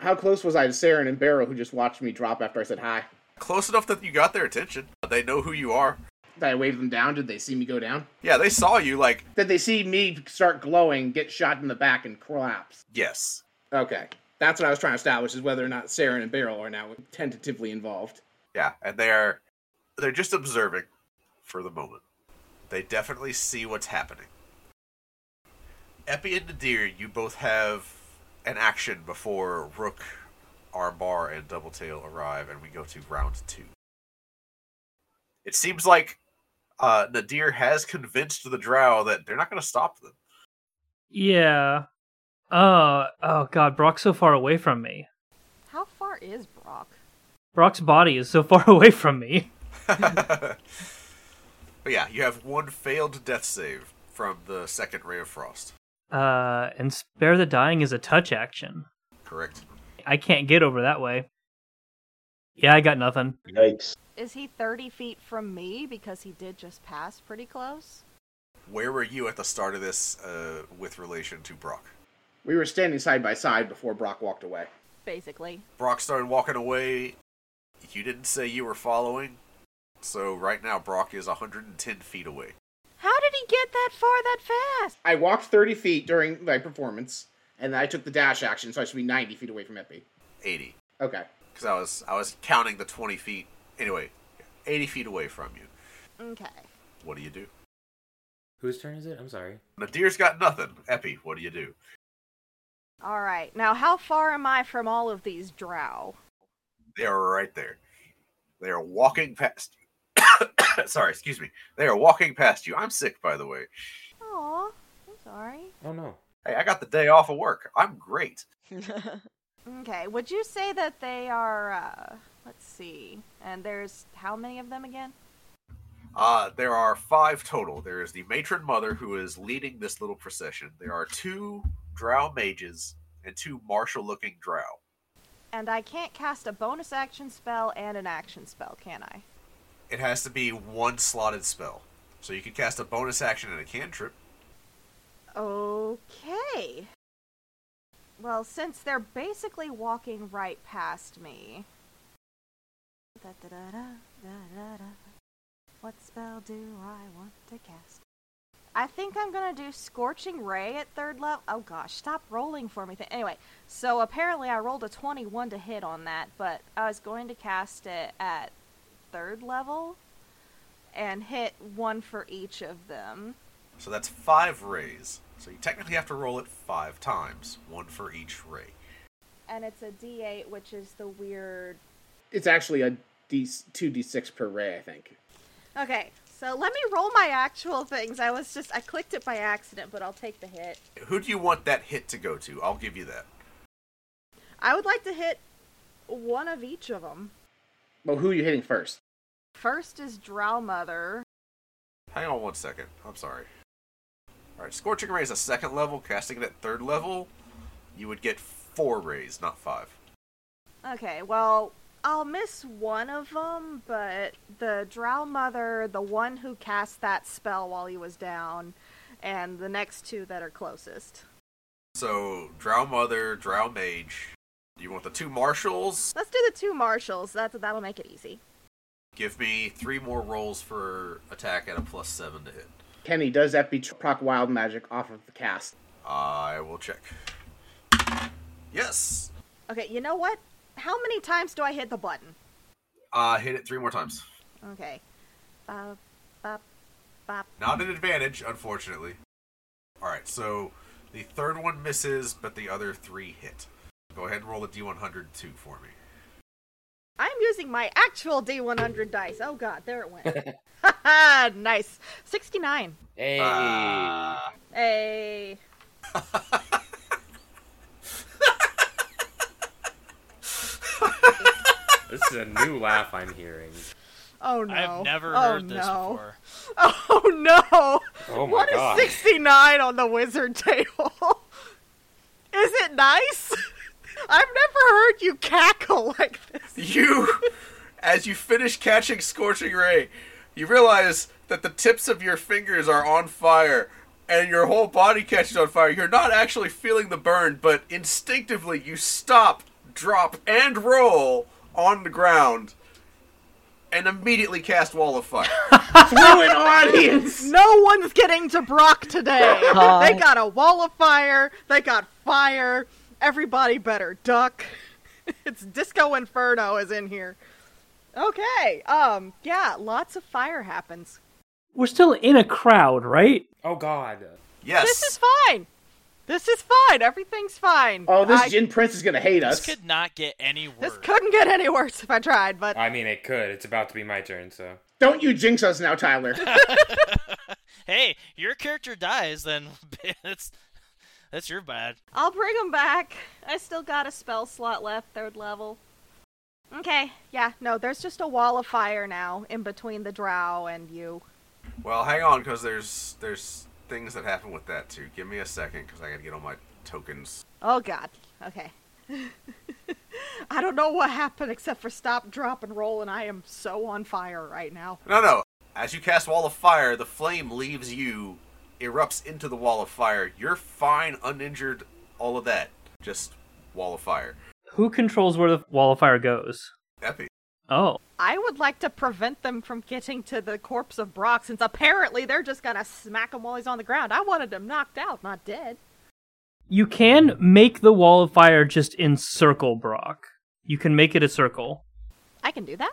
Speaker 1: How close was I to Saren and Barrow, who just watched me drop after I said hi?
Speaker 4: Close enough that you got their attention. They know who you are.
Speaker 1: Did I wave them down? Did they see me go down?
Speaker 4: Yeah, they saw you, like,
Speaker 1: Did they see me start glowing, get shot in the back, and collapse?
Speaker 4: yes.
Speaker 1: Okay. That's what I was trying to establish is whether or not Saren and Beryl are now tentatively involved.
Speaker 4: Yeah, and they're they're just observing for the moment. They definitely see what's happening. Epi and Nadir, you both have an action before Rook, Armbar, and Doubletail arrive, and we go to round two. It seems like uh, Nadir has convinced the Drow that they're not going to stop them.
Speaker 8: Yeah. Uh, oh god, Brock's so far away from me.
Speaker 7: How far is Brock?
Speaker 8: Brock's body is so [laughs] far away from me.
Speaker 4: But yeah, you have one failed death save from the second Ray of Frost.
Speaker 8: Uh, and spare the dying is a touch action.
Speaker 4: Correct.
Speaker 8: I can't get over that way. Yeah, I got nothing.
Speaker 13: Yikes.
Speaker 7: Is he 30 feet from me because he did just pass pretty close?
Speaker 4: Where were you at the start of this uh, with relation to Brock?
Speaker 1: We were standing side by side before Brock walked away.
Speaker 7: Basically.
Speaker 4: Brock started walking away. You didn't say you were following. So right now, Brock is 110 feet away.
Speaker 7: How did he get that far that fast?
Speaker 1: I walked 30 feet during my performance, and then I took the dash action, so I should be 90 feet away from Epi.
Speaker 4: 80.
Speaker 1: Okay.
Speaker 4: Because I was, I was counting the 20 feet. Anyway, 80 feet away from you.
Speaker 7: Okay.
Speaker 4: What do you do?
Speaker 9: Whose turn is it? I'm sorry.
Speaker 4: Nadir's got nothing. Epi, what do you do?
Speaker 7: All right. Now, how far am I from all of these drow?
Speaker 4: They are right there. They are walking past [coughs] you. Sorry, excuse me. They are walking past you. I'm sick, by the way.
Speaker 7: Aw, I'm sorry.
Speaker 9: Oh no.
Speaker 4: Hey, I got the day off of work. I'm great.
Speaker 7: Okay, would you say that they are, uh, let's see, and there's how many of them again?
Speaker 4: Uh, there are five total. There is the matron mother who is leading this little procession. There are two drow mages and two martial looking drow.
Speaker 7: And I can't cast a bonus action spell and an action spell, can I?
Speaker 4: It has to be one slotted spell. So you can cast a bonus action and a cantrip.
Speaker 7: Okay. Well, since they're basically walking right past me. Da-da-da-da, da-da-da. What spell do I want to cast? I think I'm gonna do Scorching Ray at third level. Oh gosh, stop rolling for me. Th- anyway, so apparently I rolled a 21 to hit on that, but I was going to cast it at third level and hit one for each of them.
Speaker 4: So that's five rays. So you technically have to roll it five times, one for each ray.
Speaker 7: And it's a d8, which is the weird.
Speaker 1: It's actually a D, 2d6 per ray, I think.
Speaker 7: Okay, so let me roll my actual things. I was just, I clicked it by accident, but I'll take the hit.
Speaker 4: Who do you want that hit to go to? I'll give you that.
Speaker 7: I would like to hit one of each of them.
Speaker 1: Well, who are you hitting first?
Speaker 7: First is Drow Mother.
Speaker 4: Hang on one second. I'm sorry. Alright, Scorching Ray is a second level. Casting it at third level, you would get four rays, not five.
Speaker 7: Okay, well, I'll miss one of them, but the Drow Mother, the one who cast that spell while he was down, and the next two that are closest.
Speaker 4: So, Drow Mother, Drow Mage. You want the two marshals?
Speaker 7: Let's do the two marshals. That that'll make it easy.
Speaker 4: Give me three more rolls for attack at a plus seven to hit.
Speaker 1: Kenny, does Epi tr- proc wild magic off of the cast?
Speaker 4: I will check. Yes!
Speaker 7: Okay, you know what? How many times do I hit the button?
Speaker 4: Uh, hit it three more times.
Speaker 7: Okay. Bop, bop, bop.
Speaker 4: Not an advantage, unfortunately. Alright, so the third one misses, but the other three hit. Go ahead and roll a d100 too for me.
Speaker 7: I'm using my actual D100 dice. Oh god, there it went.
Speaker 9: [laughs]
Speaker 7: Haha, [laughs] nice. 69.
Speaker 3: Hey.
Speaker 4: Ah.
Speaker 7: Hey.
Speaker 9: This is a new laugh I'm hearing.
Speaker 7: Oh no.
Speaker 10: I've never
Speaker 7: oh,
Speaker 10: heard this
Speaker 7: no.
Speaker 10: before.
Speaker 7: [laughs] Oh no.
Speaker 9: Oh my
Speaker 7: What a
Speaker 9: God.
Speaker 7: 69 on the wizard table. [laughs] Is it nice? [laughs] I've never heard you cackle like this.
Speaker 4: You, as you finish catching Scorching Ray, you realize that the tips of your fingers are on fire and your whole body catches on fire. You're not actually feeling the burn, but instinctively you stop, drop, and roll on the ground and immediately cast Wall of Fire.
Speaker 7: Through
Speaker 13: an audience.
Speaker 7: [laughs] No one's getting to Brock today.
Speaker 4: God.
Speaker 7: They got a wall of fire. They got fire. Everybody better duck. [laughs] it's Disco Inferno is in here. Okay. Um. Yeah. Lots of fire happens.
Speaker 8: We're still in a crowd, right?
Speaker 9: Oh God.
Speaker 7: This is fine. This is fine. Everything's fine.
Speaker 1: Oh, this
Speaker 7: I
Speaker 1: Jin Prince is gonna hate
Speaker 10: This
Speaker 1: us.
Speaker 10: could not get any worse.
Speaker 7: couldn't get any worse if I tried, but
Speaker 9: I mean, it could. It's about to be my turn, so.
Speaker 1: Don't you jinx us
Speaker 4: [laughs]
Speaker 1: now, Tyler.
Speaker 10: Hey, your character dies, then [laughs] that's that's your bad.
Speaker 7: I'll bring them back. I still got a spell slot left, third level. Okay, yeah, no, there's just a wall of fire now in between the drow and you.
Speaker 4: well, hang on, because there's there's things that happen with that too. Give me a second, because I gotta get all my tokens.
Speaker 7: Oh god, okay. [laughs] I don't know what happened except for stop, drop, and roll, and I am so on fire right now.
Speaker 4: No, no. As you cast Wall of Fire, the flame leaves you, erupts into the Wall of Fire. You're fine, uninjured, all of that. Just Wall of Fire.
Speaker 8: Who controls where the wall of fire goes?
Speaker 4: Epi.
Speaker 8: Oh.
Speaker 7: I would like to prevent them from getting to the corpse of Brock since apparently they're just gonna smack him while he's on the ground. I wanted him knocked out, not dead.
Speaker 8: You can make the wall of fire just encircle Brock. You can make it a circle.
Speaker 7: I can do that.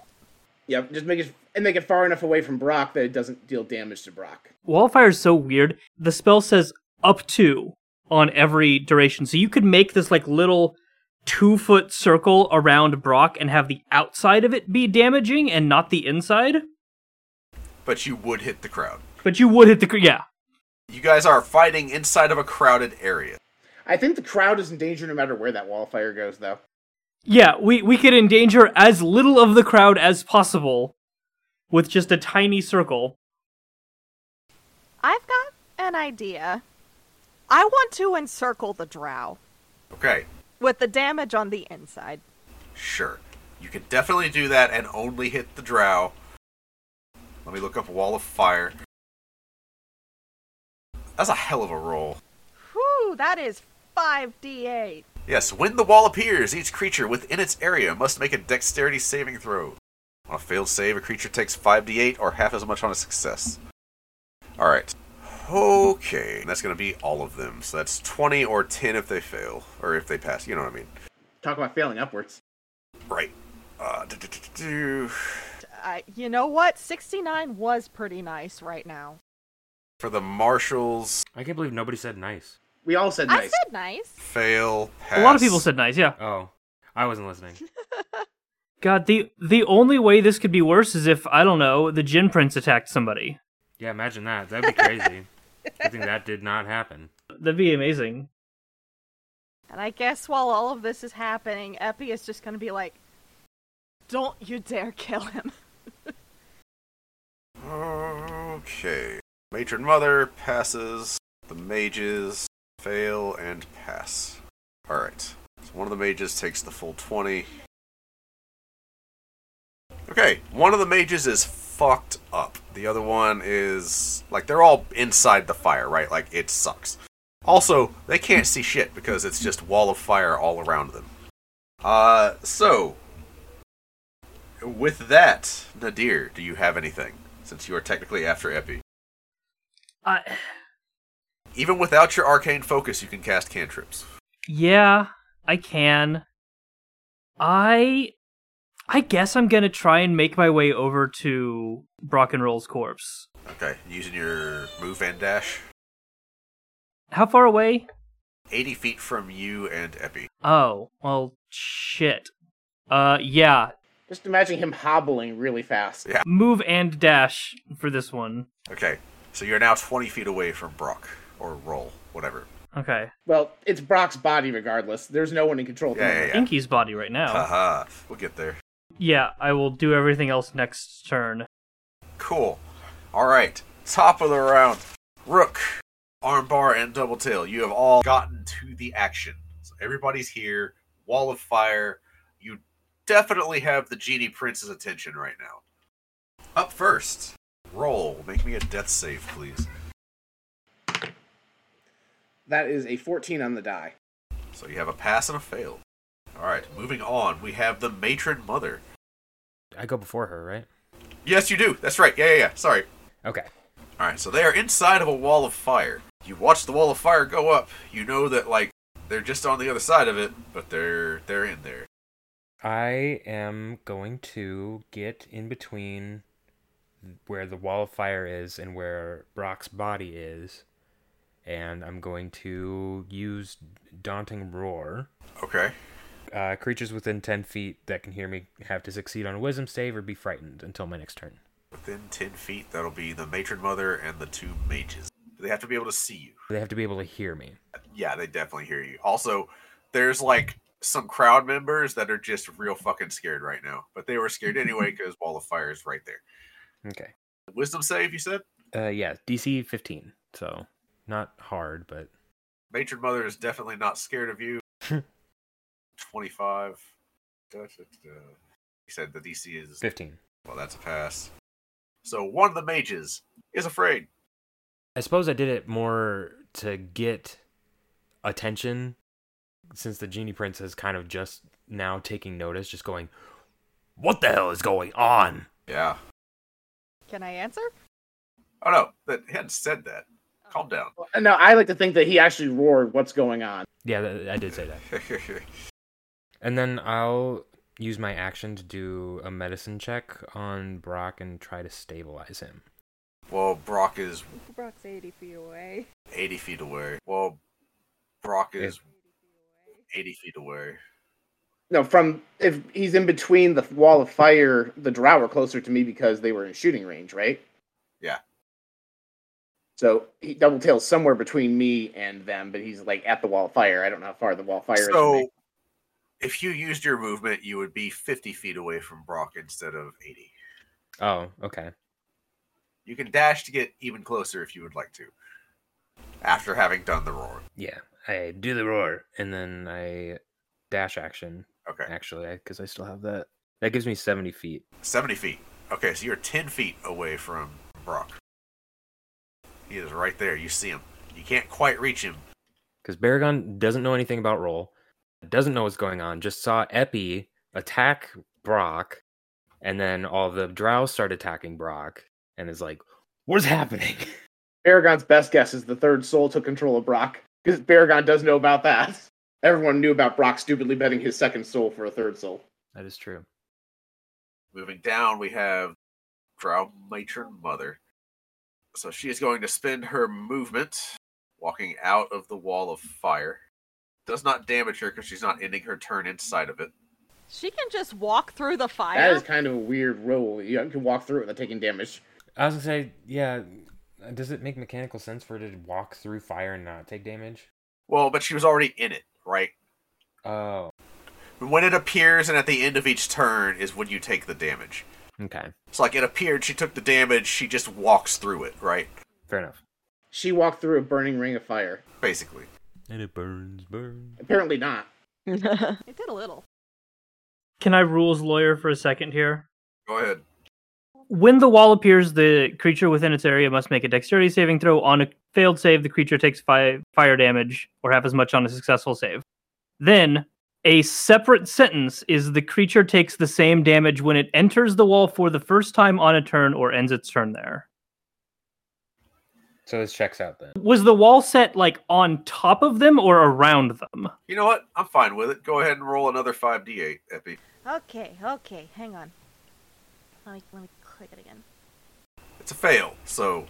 Speaker 1: Yep, just make it and make it far enough away from Brock that it doesn't deal damage to Brock.
Speaker 8: Wall of fire is so weird. The spell says up to on every duration. So you could make this like little two foot circle around Brock and have the outside of it be damaging and not the inside.
Speaker 4: But you would hit the crowd.
Speaker 8: But you would hit the. cr- Yeah.
Speaker 4: You guys are fighting inside of a crowded area.
Speaker 1: I think the crowd is in danger no matter where that wall of fire goes, though.
Speaker 8: Yeah, we, we could endanger as little of the crowd as possible with just a tiny circle.
Speaker 7: I've got an idea. I want to encircle the drow
Speaker 4: Okay,
Speaker 7: with the damage on the inside.
Speaker 4: sure. You can definitely do that and only hit the drow. Let me look up Wall of Fire. That's a hell of a roll.
Speaker 7: Whew, that is 5d8.
Speaker 4: Yes, when the wall appears, each creature within its area must make a dexterity saving throw. On a failed save, a creature takes 5d8 or half as much on a success. Alright. Okay. And that's going to be all of them. So that's 20 or 10 if they fail, or if they pass. You know what I mean.
Speaker 1: Talk about failing upwards.
Speaker 4: Right. Uh, do, do, do, do, do.
Speaker 7: Uh, you know what? 69 was pretty nice right now.
Speaker 4: For the marshals.
Speaker 9: I can't believe nobody said nice.
Speaker 1: We all said
Speaker 7: I said nice.
Speaker 4: Fail, pass.
Speaker 8: A lot of people said nice, yeah.
Speaker 9: Oh, I wasn't listening.
Speaker 8: God, the the only way this could be worse is if I don't know the Jin Prince attacked somebody.
Speaker 9: Yeah, imagine that. That'd be
Speaker 7: [laughs]
Speaker 9: crazy. I think that did not happen.
Speaker 8: That'd be amazing.
Speaker 7: And I guess while all of this is happening, Epi is just going to be like, don't you dare kill him.
Speaker 4: Okay. Matron Mother passes. The mages fail and pass. Alright. So one of the mages takes the full 20. Okay, one of the mages is fucked up. The other one is. Like, they're all inside the fire, right? Like, it sucks. Also, they can't see shit because it's just wall of fire all around them. Uh, so. With that, Nadir, do you have anything? Since you are technically after Epi.
Speaker 8: I
Speaker 4: Even without your arcane focus, you can cast cantrips.
Speaker 8: yeah, I can. I I guess I'm gonna try and make my way over to Brock and Roll's corpse.
Speaker 4: Okay, using your move and dash.
Speaker 8: How far away?
Speaker 4: 80 feet from you and Epi.
Speaker 8: Oh, well shit. Uh yeah.
Speaker 1: Just imagine him hobbling really fast.
Speaker 4: Yeah.
Speaker 8: Move and dash for this one.
Speaker 4: Okay, so you're now 20 feet away from Brock, or Roll, whatever.
Speaker 8: Okay.
Speaker 1: Well, it's Brock's body regardless. There's no one in control.
Speaker 4: Yeah, yeah, yeah.
Speaker 8: Inky's body right now.
Speaker 4: Haha, we'll get there.
Speaker 8: Yeah, I will do everything else next turn.
Speaker 4: Cool. All right, top of the round. Rook, armbar, and double tail. You have all gotten to the action. So everybody's here. Wall of fire. You definitely have the genie prince's attention right now. Up first, roll. Make me a death save, please.
Speaker 1: That is a 14 on the die.
Speaker 4: So you have a pass and a fail. All right, moving on. We have the matron mother.
Speaker 9: I go before her, right?
Speaker 4: Yes, you do. That's right. Yeah, yeah, yeah. Sorry.
Speaker 9: Okay.
Speaker 4: All right, so they are inside of a wall of fire. You watch the wall of fire go up. You know that like they're just on the other side of it, but they're they're in there.
Speaker 9: I am going to get in between where the wall of fire is and where Brock's body is, and I'm going to use Daunting Roar.
Speaker 4: Okay.
Speaker 9: Uh, creatures within 10 feet that can hear me have to succeed on a wisdom save or be frightened until my next turn.
Speaker 4: Within ten feet, that'll be the matron mother and the two mages. They have to be able to see you.
Speaker 9: They have to be able to hear me.
Speaker 4: Yeah, they definitely hear you. Also, there's like some crowd members that are just real fucking scared right now, but they were scared anyway because wall of fire is right there.
Speaker 9: Okay.
Speaker 4: Wisdom save, you said.
Speaker 9: Uh, yeah, DC 15. So, not hard, but [laughs]
Speaker 4: Matron mother is definitely not scared of you. Twenty-five. Da, da, da. You said the DC is
Speaker 9: 15.
Speaker 4: Well, that's a pass. So one of the mages is afraid.
Speaker 9: I suppose I did it more to get attention since the genie prince is kind of just now taking notice, just going, What the hell is going on?
Speaker 4: Yeah.
Speaker 7: Can I answer?
Speaker 4: Oh no, that he hadn't said that. Calm down.
Speaker 1: No, I like to think that he actually roared, What's going on?
Speaker 9: Yeah, th- I did say that. And then I'll use my action to do a medicine check on Brock and try to stabilize him.
Speaker 4: [laughs] well, Brock is
Speaker 7: Brock's 80 feet away.
Speaker 4: 80 feet away. Well, Brock is 80 feet away.
Speaker 1: No, from if he's in between the wall of fire, the drow were closer to me because they were in shooting range, right?
Speaker 4: Yeah.
Speaker 1: So he double tails somewhere between me and them, but he's like at the wall of fire. I don't know how far the wall of fire is. from
Speaker 4: so,
Speaker 1: me.
Speaker 4: if you used your movement, you would be 50 feet away from Brock instead of 80.
Speaker 9: Oh, okay.
Speaker 4: You can dash to get even closer if you would like to, after having done the roar.
Speaker 9: Yeah, I do the roar and then I dash action.
Speaker 4: Okay.
Speaker 9: Actually, because I still have that. That gives me 70 feet.
Speaker 4: 70 feet. Okay, so you're 10 feet away from Brock. He is right there. You see him. You can't quite reach him.
Speaker 9: Because Baragon doesn't know anything about roll, doesn't know what's going on, just saw Epi attack Brock, and then all the drow start attacking Brock, and is like, What's happening? [laughs]
Speaker 1: Baragon's best guess is the third soul took control of Brock because Baragon does know about that. [laughs] Everyone knew about Brock stupidly betting his second soul for a third soul.
Speaker 9: That is true.
Speaker 4: Moving down, we have Drow Matron Mother. So she is going to spend her movement walking out of the wall of fire. Does not damage her because she's not ending her turn inside of it.
Speaker 7: She can just walk through the fire.
Speaker 1: That is kind of a weird rule. You can walk through it without taking damage.
Speaker 9: I was gonna say, yeah. Does it make mechanical sense for it to walk through fire and not take damage?
Speaker 4: Well, but she was already in it, right?
Speaker 9: Oh,
Speaker 4: When it appears and at the end of each turn is when you take the damage.
Speaker 9: okay.
Speaker 4: It's like it appeared, she took the damage, she just walks through it, right?
Speaker 9: Fair enough.
Speaker 1: She walked through a burning ring of fire.
Speaker 4: Basically.
Speaker 9: And it burns, burns.
Speaker 1: Apparently not.
Speaker 7: It did a little.
Speaker 8: Can I rules lawyer for a second here?
Speaker 4: Go ahead.
Speaker 8: When the wall appears, the creature within its area must make a dexterity saving throw. On a failed save, the creature takes fi- fire damage or half as much on a successful save. Then, a separate sentence is the creature takes the same damage when it enters the wall for the first time on a turn or ends its turn there.
Speaker 9: So this checks out then.
Speaker 8: Was the wall set like on top of them or around them?
Speaker 4: You know what? I'm fine with it. Go ahead and roll another 5d8, Epi.
Speaker 7: Okay, okay, hang on. Let me, let me click it again.
Speaker 4: It's a fail, so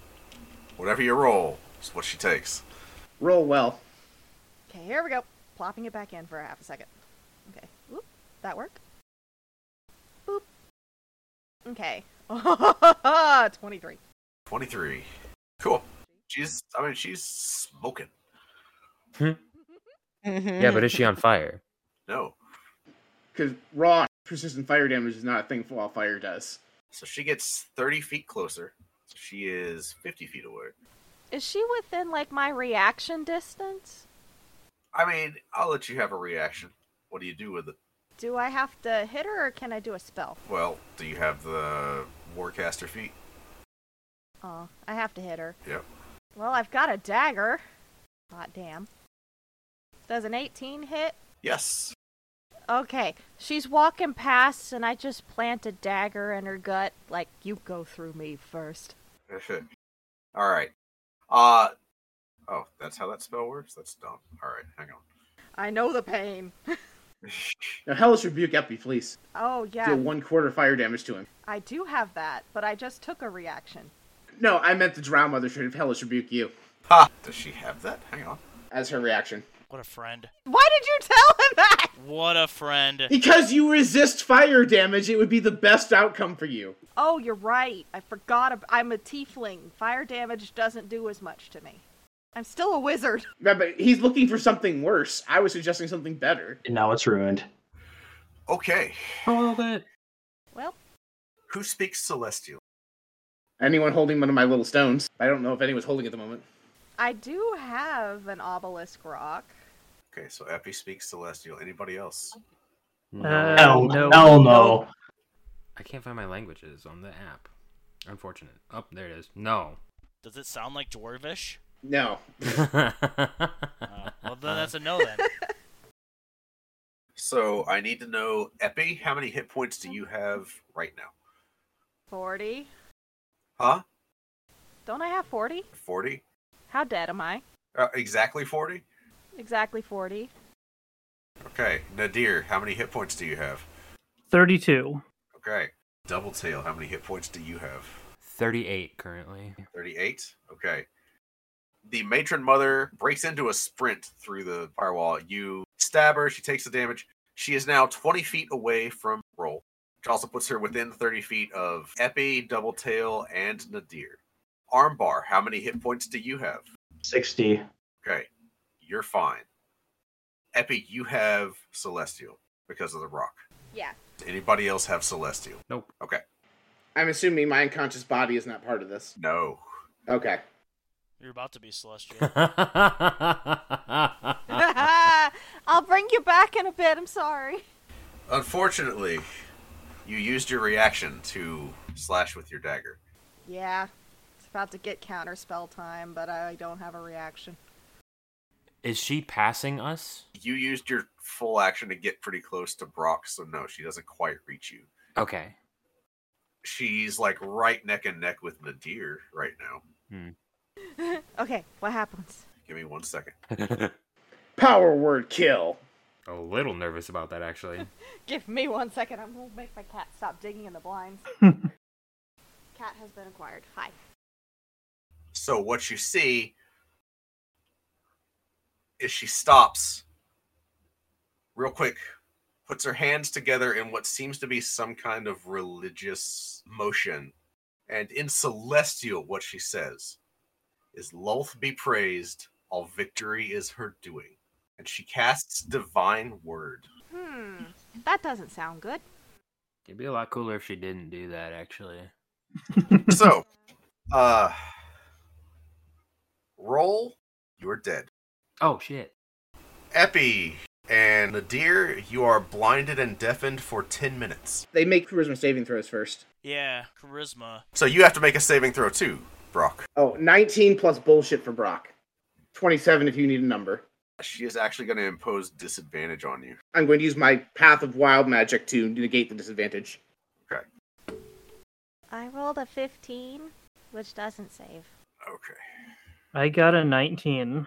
Speaker 4: whatever you roll is what she takes.
Speaker 1: Roll well.
Speaker 7: Okay, here we go. Plopping it back in for a half a second. Okay. Oop, that worked. Boop, Okay. [laughs] 23.
Speaker 4: 23. Cool. She's, I mean, she's smoking.
Speaker 9: Yeah, but is she on fire?
Speaker 4: No.
Speaker 1: Because raw persistent fire damage is not a thing wildfire does.
Speaker 4: So she gets 30 feet closer. She is 50 feet away.
Speaker 7: Is she within, like, my reaction distance?
Speaker 4: I mean, I'll let you have a reaction. What do you do with it?
Speaker 7: Do I have to hit her or can I do a spell?
Speaker 4: Well, do you have the Warcaster feat?
Speaker 7: Oh, I have to hit her.
Speaker 4: Yep.
Speaker 7: Well, I've got a dagger. Hot damn. Does an 18 hit?
Speaker 4: Yes.
Speaker 7: Okay. She's walking past and I just plant a dagger in her gut. Like, you go through me first.
Speaker 4: All right. Uh, oh, that's how that spell works? That's dumb. All right, hang on.
Speaker 7: I know the pain.
Speaker 1: Now, Hellish Rebuke Epi, please.
Speaker 7: [laughs] Oh, yeah.
Speaker 1: Deal one quarter fire damage to him.
Speaker 7: I do have that, but I just took a reaction.
Speaker 1: No, I meant the Drow Mother should have Hellish Rebuke you.
Speaker 4: Ha! Does she have that? Hang on.
Speaker 1: As her reaction.
Speaker 10: What a friend.
Speaker 7: Why did you [laughs] tell him that?
Speaker 10: What a friend.
Speaker 1: Because you resist fire damage, it would be the best outcome for you.
Speaker 7: Oh, you're right. I forgot. Ab- I'm a tiefling. Fire damage doesn't do as much to me. I'm still a wizard.
Speaker 1: Remember, he's looking for something worse. I was suggesting something better.
Speaker 13: And now it's ruined.
Speaker 4: Okay.
Speaker 1: Hold it.
Speaker 7: Well,
Speaker 4: Who speaks Celestial?
Speaker 1: anyone holding one of my little stones? I don't know if anyone's holding at the moment.
Speaker 7: I do have an obelisk rock.
Speaker 4: Okay, so Epi speaks Celestial. Anybody else?
Speaker 8: Uh,
Speaker 13: hell no.
Speaker 8: no.
Speaker 13: Hell no.
Speaker 9: I can't find my languages on the app. Unfortunate. Oh, there it is. No.
Speaker 10: Does it sound like Dwarvish?
Speaker 1: No.
Speaker 10: Uh, well, then that's a no then.
Speaker 13: [laughs]
Speaker 4: So I need to know, Epi, how many hit points do you have right now?
Speaker 7: 40.
Speaker 4: Huh?
Speaker 7: Don't I have 40?
Speaker 4: 40?
Speaker 7: How dead am I?
Speaker 4: Uh, exactly 40?
Speaker 7: Exactly 40.
Speaker 4: Okay. Nadir, how many hit points do you have?
Speaker 8: 32.
Speaker 4: Okay. Double Tail, how many hit points do you have?
Speaker 9: 38 currently.
Speaker 4: 38? Okay. The matron mother breaks into a sprint through the firewall. You stab her, she takes the damage. She is now 20 feet away from roll, which also puts her within 30 feet of Epi, Double Tail, and Nadir. Armbar, how many hit points do you have?
Speaker 13: 60.
Speaker 4: Okay, you're fine. Epi, you have Celestial because of the rock.
Speaker 7: Yeah.
Speaker 4: Anybody else have Celestial?
Speaker 9: Nope.
Speaker 4: Okay.
Speaker 1: I'm assuming my unconscious body is not part of this.
Speaker 4: No.
Speaker 1: Okay.
Speaker 10: You're about to be celestial.
Speaker 7: [laughs] I'll bring you back in a bit. I'm sorry.
Speaker 4: [laughs] Unfortunately, you used your reaction to slash with your dagger.
Speaker 7: Yeah. It's about to get counter spell time, but I don't have a reaction.
Speaker 9: [laughs]
Speaker 7: [laughs]
Speaker 9: Is she passing us?
Speaker 4: You used your full action to get pretty close to Brock, so no, she doesn't quite reach you.
Speaker 9: Okay.
Speaker 4: She's like right neck and neck with Nadir right now.
Speaker 7: okay, what happens?
Speaker 4: Give me one second.
Speaker 1: [laughs] Power word kill.
Speaker 9: A little nervous about that, actually.
Speaker 7: Give me one second. I'm going to make my cat stop digging in the blinds. cat has been acquired. Hi.
Speaker 4: So what you see is she stops real quick, puts her hands together in what seems to be some kind of religious motion, and in celestial, what she says is "Loth be praised, all victory is her doing," and she casts divine word.
Speaker 7: Hmm. That doesn't sound good.
Speaker 9: [laughs] It'd be a lot cooler if she didn't do that, actually.
Speaker 4: so, uh, roll. You are dead.
Speaker 9: Oh, shit.
Speaker 4: Epi and Nadir, you are blinded and deafened for 10 minutes.
Speaker 1: They make charisma saving throws first.
Speaker 10: yeah, charisma.
Speaker 4: So you have to make a saving throw too, Brock.
Speaker 1: Oh, 19 plus bullshit for Brock. 27 if you need a number.
Speaker 4: She is actually going to impose disadvantage on you.
Speaker 1: I'm going to use my Path of Wild Magic to negate the disadvantage.
Speaker 4: Okay.
Speaker 7: I rolled a 15, which doesn't save.
Speaker 4: Okay.
Speaker 8: I got a 19.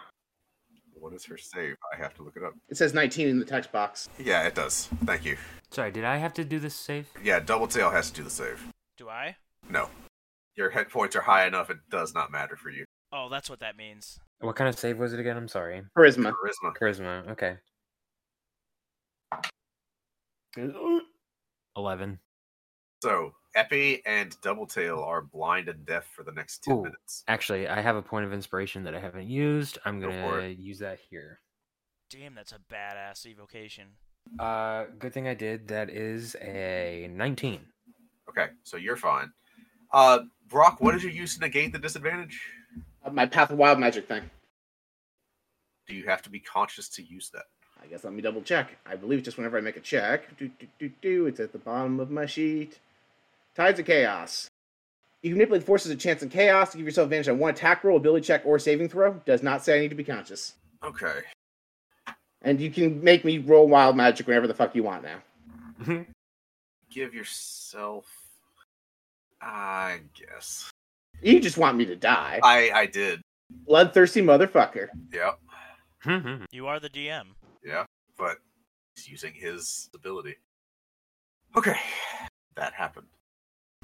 Speaker 4: What is her save? I have to look it up.
Speaker 1: It says 19 in the text box.
Speaker 4: Yeah, it does. Thank you.
Speaker 9: Sorry, did I have to do this safe?
Speaker 4: Yeah, Double Tail has to do the save.
Speaker 10: Do I?
Speaker 4: No. Your hit points are high enough, it does not matter for you.
Speaker 10: Oh, that's what that means.
Speaker 9: What kind of save was it again? I'm sorry.
Speaker 1: Charisma.
Speaker 4: Charisma.
Speaker 9: Charisma. Okay. 11.
Speaker 4: So Epi and Doubletail are blind and deaf for the next ten
Speaker 9: Ooh,
Speaker 4: minutes.
Speaker 9: Actually, I have a point of inspiration that I haven't used. I'm
Speaker 4: Go
Speaker 9: going
Speaker 4: for
Speaker 9: to
Speaker 4: it.
Speaker 9: use that here.
Speaker 10: Damn, that's a badass evocation.
Speaker 9: Uh, good thing I did. That is a 19.
Speaker 4: Okay, so you're fine. Uh, Brock, what did you use to negate the disadvantage?
Speaker 1: Uh, my Path of Wild Magic thing.
Speaker 4: Do you have to be conscious to use that?
Speaker 1: I guess let me double check. I believe just whenever I make a check, do, do, do, do, it's at the bottom of my sheet. Tides of Chaos. You can manipulate the forces of chance and chaos to give yourself advantage on one attack roll, ability check, or saving throw. Does not say I need to be conscious.
Speaker 4: Okay.
Speaker 1: And you can make me roll wild magic whenever the fuck you want now.
Speaker 4: Give yourself. I guess.
Speaker 1: You just want me to die.
Speaker 4: I I did.
Speaker 1: Bloodthirsty motherfucker.
Speaker 4: Yep.
Speaker 10: Mm-hmm. you are the DM.
Speaker 4: Yeah, but he's using his ability. Okay, that happened.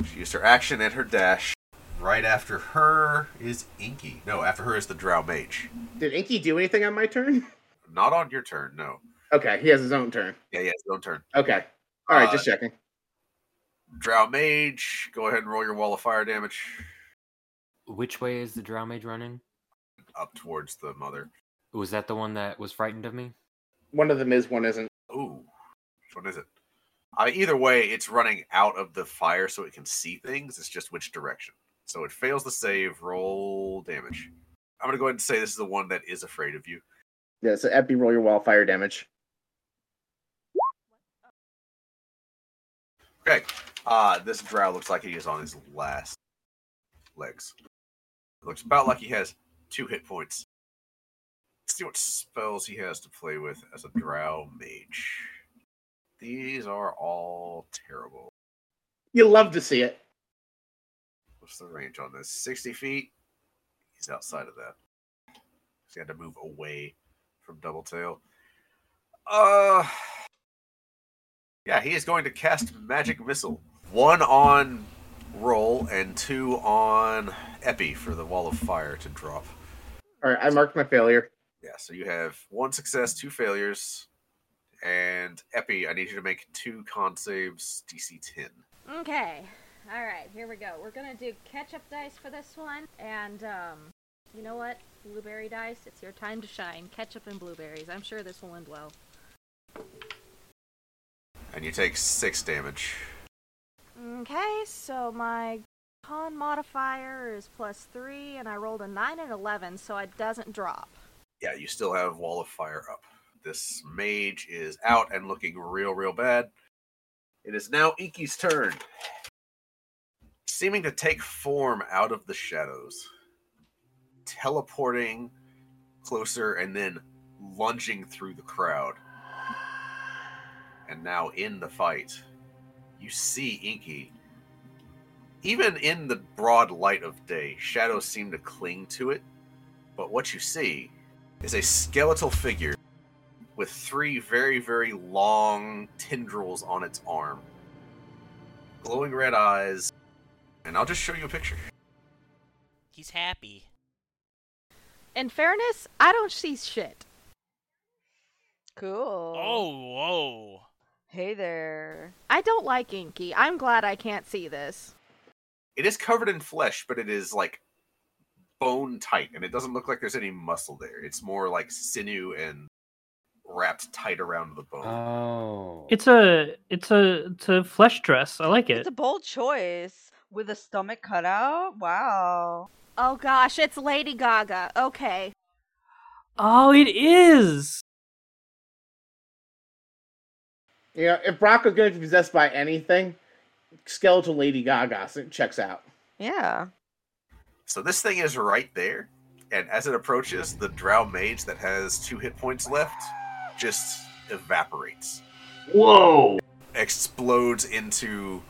Speaker 4: She used her action and her dash. Right after her is Inky. No, after her is the Drow Mage.
Speaker 1: Did Inky do anything on my turn? [laughs]
Speaker 4: Not on your turn, no.
Speaker 1: Okay, he has his own turn.
Speaker 4: Yeah, yeah, it's your turn.
Speaker 1: Okay. All right, just
Speaker 4: Uh,
Speaker 1: checking.
Speaker 4: Drow Mage, go ahead and roll your wall of fire damage
Speaker 9: Which way is the drow mage running?
Speaker 4: up towards the mother.
Speaker 9: Was that the one that was frightened of me?
Speaker 1: One of them is, one isn't.
Speaker 4: Ooh, which one is it? I mean, either way, it's running out of the fire so it can see things. It's just which direction. So it fails the save. Roll damage. I'm gonna go ahead and say this is the one that is afraid of you.
Speaker 1: Yeah, so Epi, roll your wildfire damage.
Speaker 4: Okay. Uh this drow looks like he is on his last legs. looks about like he has two hit points. Let's see what spells he has to play with as a drow mage. These are all terrible.
Speaker 1: You love to see it.
Speaker 4: What's the range on this? 60 feet? He's outside of that. He's got to move away from Double Tail. Uh. Yeah, he is going to cast Magic Missile. One on Roll and two on Epi for the Wall of Fire to drop.
Speaker 1: All right, I marked my failure.
Speaker 4: Yeah, so you have one success, two failures. And Epi, I need you to make two con saves, DC 10.
Speaker 14: Okay. All right, here we go. We're gonna do ketchup dice for this one, and um, you know what? Blueberry dice. It's your time to shine. Ketchup and blueberries. I'm sure this will end well.
Speaker 4: And you take six damage.
Speaker 7: Okay, so my con modifier is plus three, and I rolled a nine and eleven, so it doesn't drop.
Speaker 4: yeah, you still have Wall of Fire up. This mage is out and looking real, real bad. It is now Inky's turn. Seeming to take form out of the shadows, teleporting closer and then lunging through the crowd. And now in the fight, you see Inky. Even in the broad light of day, shadows seem to cling to it, but what you see is a skeletal figure with three very, very long tendrils on its arm, glowing red eyes, and I'll just show you a picture.
Speaker 10: He's happy.
Speaker 7: In fairness, I don't see shit.
Speaker 5: Cool.
Speaker 10: Oh, whoa.
Speaker 5: Hey there.
Speaker 7: I don't like Inky. I'm glad I can't see this.
Speaker 4: It is covered in flesh, but it is like bone tight, and it doesn't look like there's any muscle there. It's more like sinew and wrapped tight around the bone.
Speaker 9: Oh.
Speaker 8: It's a it's a it's a flesh dress. I like it.
Speaker 5: It's a bold choice with a stomach cutout. Wow.
Speaker 7: Oh gosh, it's Lady Gaga. Okay.
Speaker 8: Oh, it is.
Speaker 1: You know, if Brock was going to be possessed by anything, skeletal Lady Gaga s- checks out.
Speaker 5: Yeah.
Speaker 4: So this thing is right there, and as it approaches, the drow mage that has two hit points left just evaporates.
Speaker 13: Whoa!
Speaker 4: Explodes into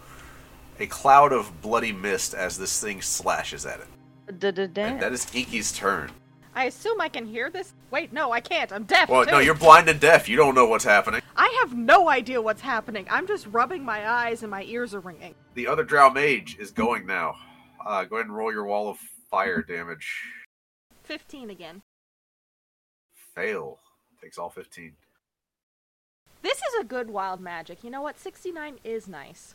Speaker 4: a cloud of bloody mist as this thing slashes at it.
Speaker 5: Da-da-da.
Speaker 4: That is Inky's turn.
Speaker 7: I assume I can hear this. Wait, no, I can't. I'm deaf.
Speaker 4: Well,
Speaker 7: too.
Speaker 4: no, you're blind and deaf. You don't know what's happening.
Speaker 7: I have no idea what's happening. I'm just rubbing my eyes and my ears are ringing.
Speaker 4: The other drow mage is going now. Uh, go ahead and roll your wall of fire damage.
Speaker 7: 15 again.
Speaker 4: Fail. Takes all 15.
Speaker 7: This is a good wild magic. You know what? 69 is nice.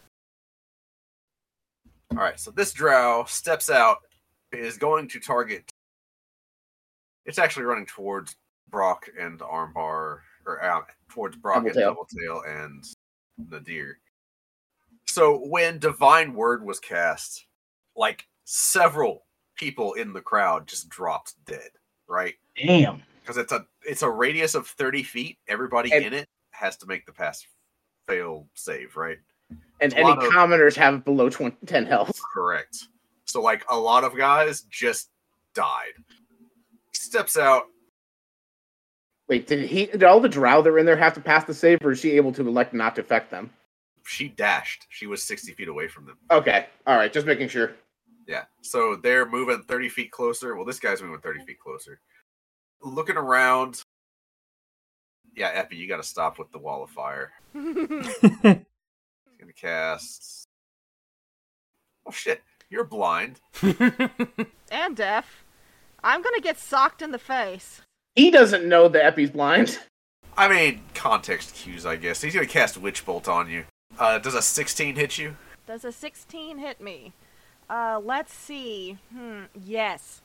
Speaker 4: All right, so this drow steps out, is going to target. It's actually running towards Brock and Armbar, or uh, towards Brock and
Speaker 1: Doubletail.
Speaker 4: Doubletail and Nadir. So when Divine Word was cast, like several people in the crowd just dropped dead, right?
Speaker 13: Damn.
Speaker 4: Because it's a it's a radius of thirty feet. Everybody
Speaker 1: And-
Speaker 4: in it has to make the pass fail save, right?
Speaker 1: And
Speaker 4: It's a
Speaker 1: any
Speaker 4: lot of-
Speaker 1: commoners have below [laughs] 20, 10 health.
Speaker 4: Correct. So like a lot of guys just died. Steps out.
Speaker 1: Wait, did he? Did all the drow that were in there have to pass the save, or is she able to elect not to affect them?
Speaker 4: She dashed. She was sixty feet away from them.
Speaker 1: Okay, all right, just making sure.
Speaker 4: Yeah. So they're moving thirty feet closer. Well, this guy's moving thirty feet closer. Looking around. Yeah, Epi, you got to stop with the wall of fire. He's gonna cast. Oh shit! You're blind.
Speaker 7: and deaf. I'm gonna get socked in the face.
Speaker 1: He doesn't know that Epi's blind.
Speaker 4: I mean, context cues, I guess. He's gonna cast Witch Bolt on you. Uh, does a 16 hit you?
Speaker 7: Does a 16 hit me? Uh, let's see. Hmm, yes.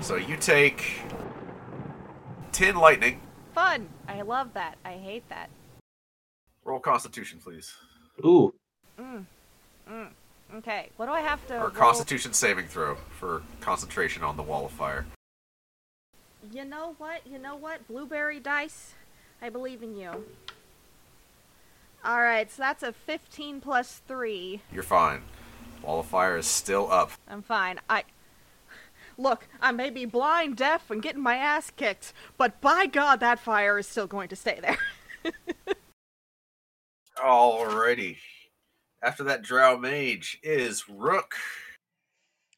Speaker 4: So you take 10 lightning.
Speaker 7: Fun. I love that. I hate that.
Speaker 4: Roll Constitution, please.
Speaker 13: Ooh.
Speaker 7: Mm. Mm. Okay, what do I have to
Speaker 4: Or
Speaker 7: roll?
Speaker 4: Constitution saving throw for concentration on the Wall of Fire.
Speaker 14: You know what? You know what? Blueberry dice. I believe in you.
Speaker 7: All right, so that's a 15 plus 3.
Speaker 4: You're fine. Wall of Fire is still up.
Speaker 7: I'm fine. I Look, I may be blind, deaf, and getting my ass kicked, but by God, that fire is still going to stay there. [laughs]
Speaker 4: Alrighty. After that Drow Mage is Rook.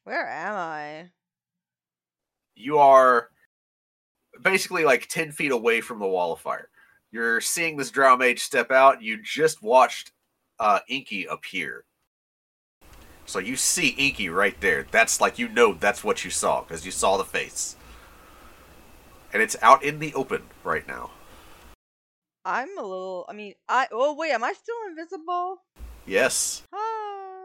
Speaker 5: Where am I?
Speaker 4: You are basically like 10 feet away from the Wall of Fire. You're seeing this Drow Mage step out. You just watched uh, Inky appear. So you see Inky right there. That's like you know that's what you saw because you saw the face. And it's out in the open right now.
Speaker 5: I'm a little. I mean, I. Oh wait, am I still invisible?
Speaker 4: Yes.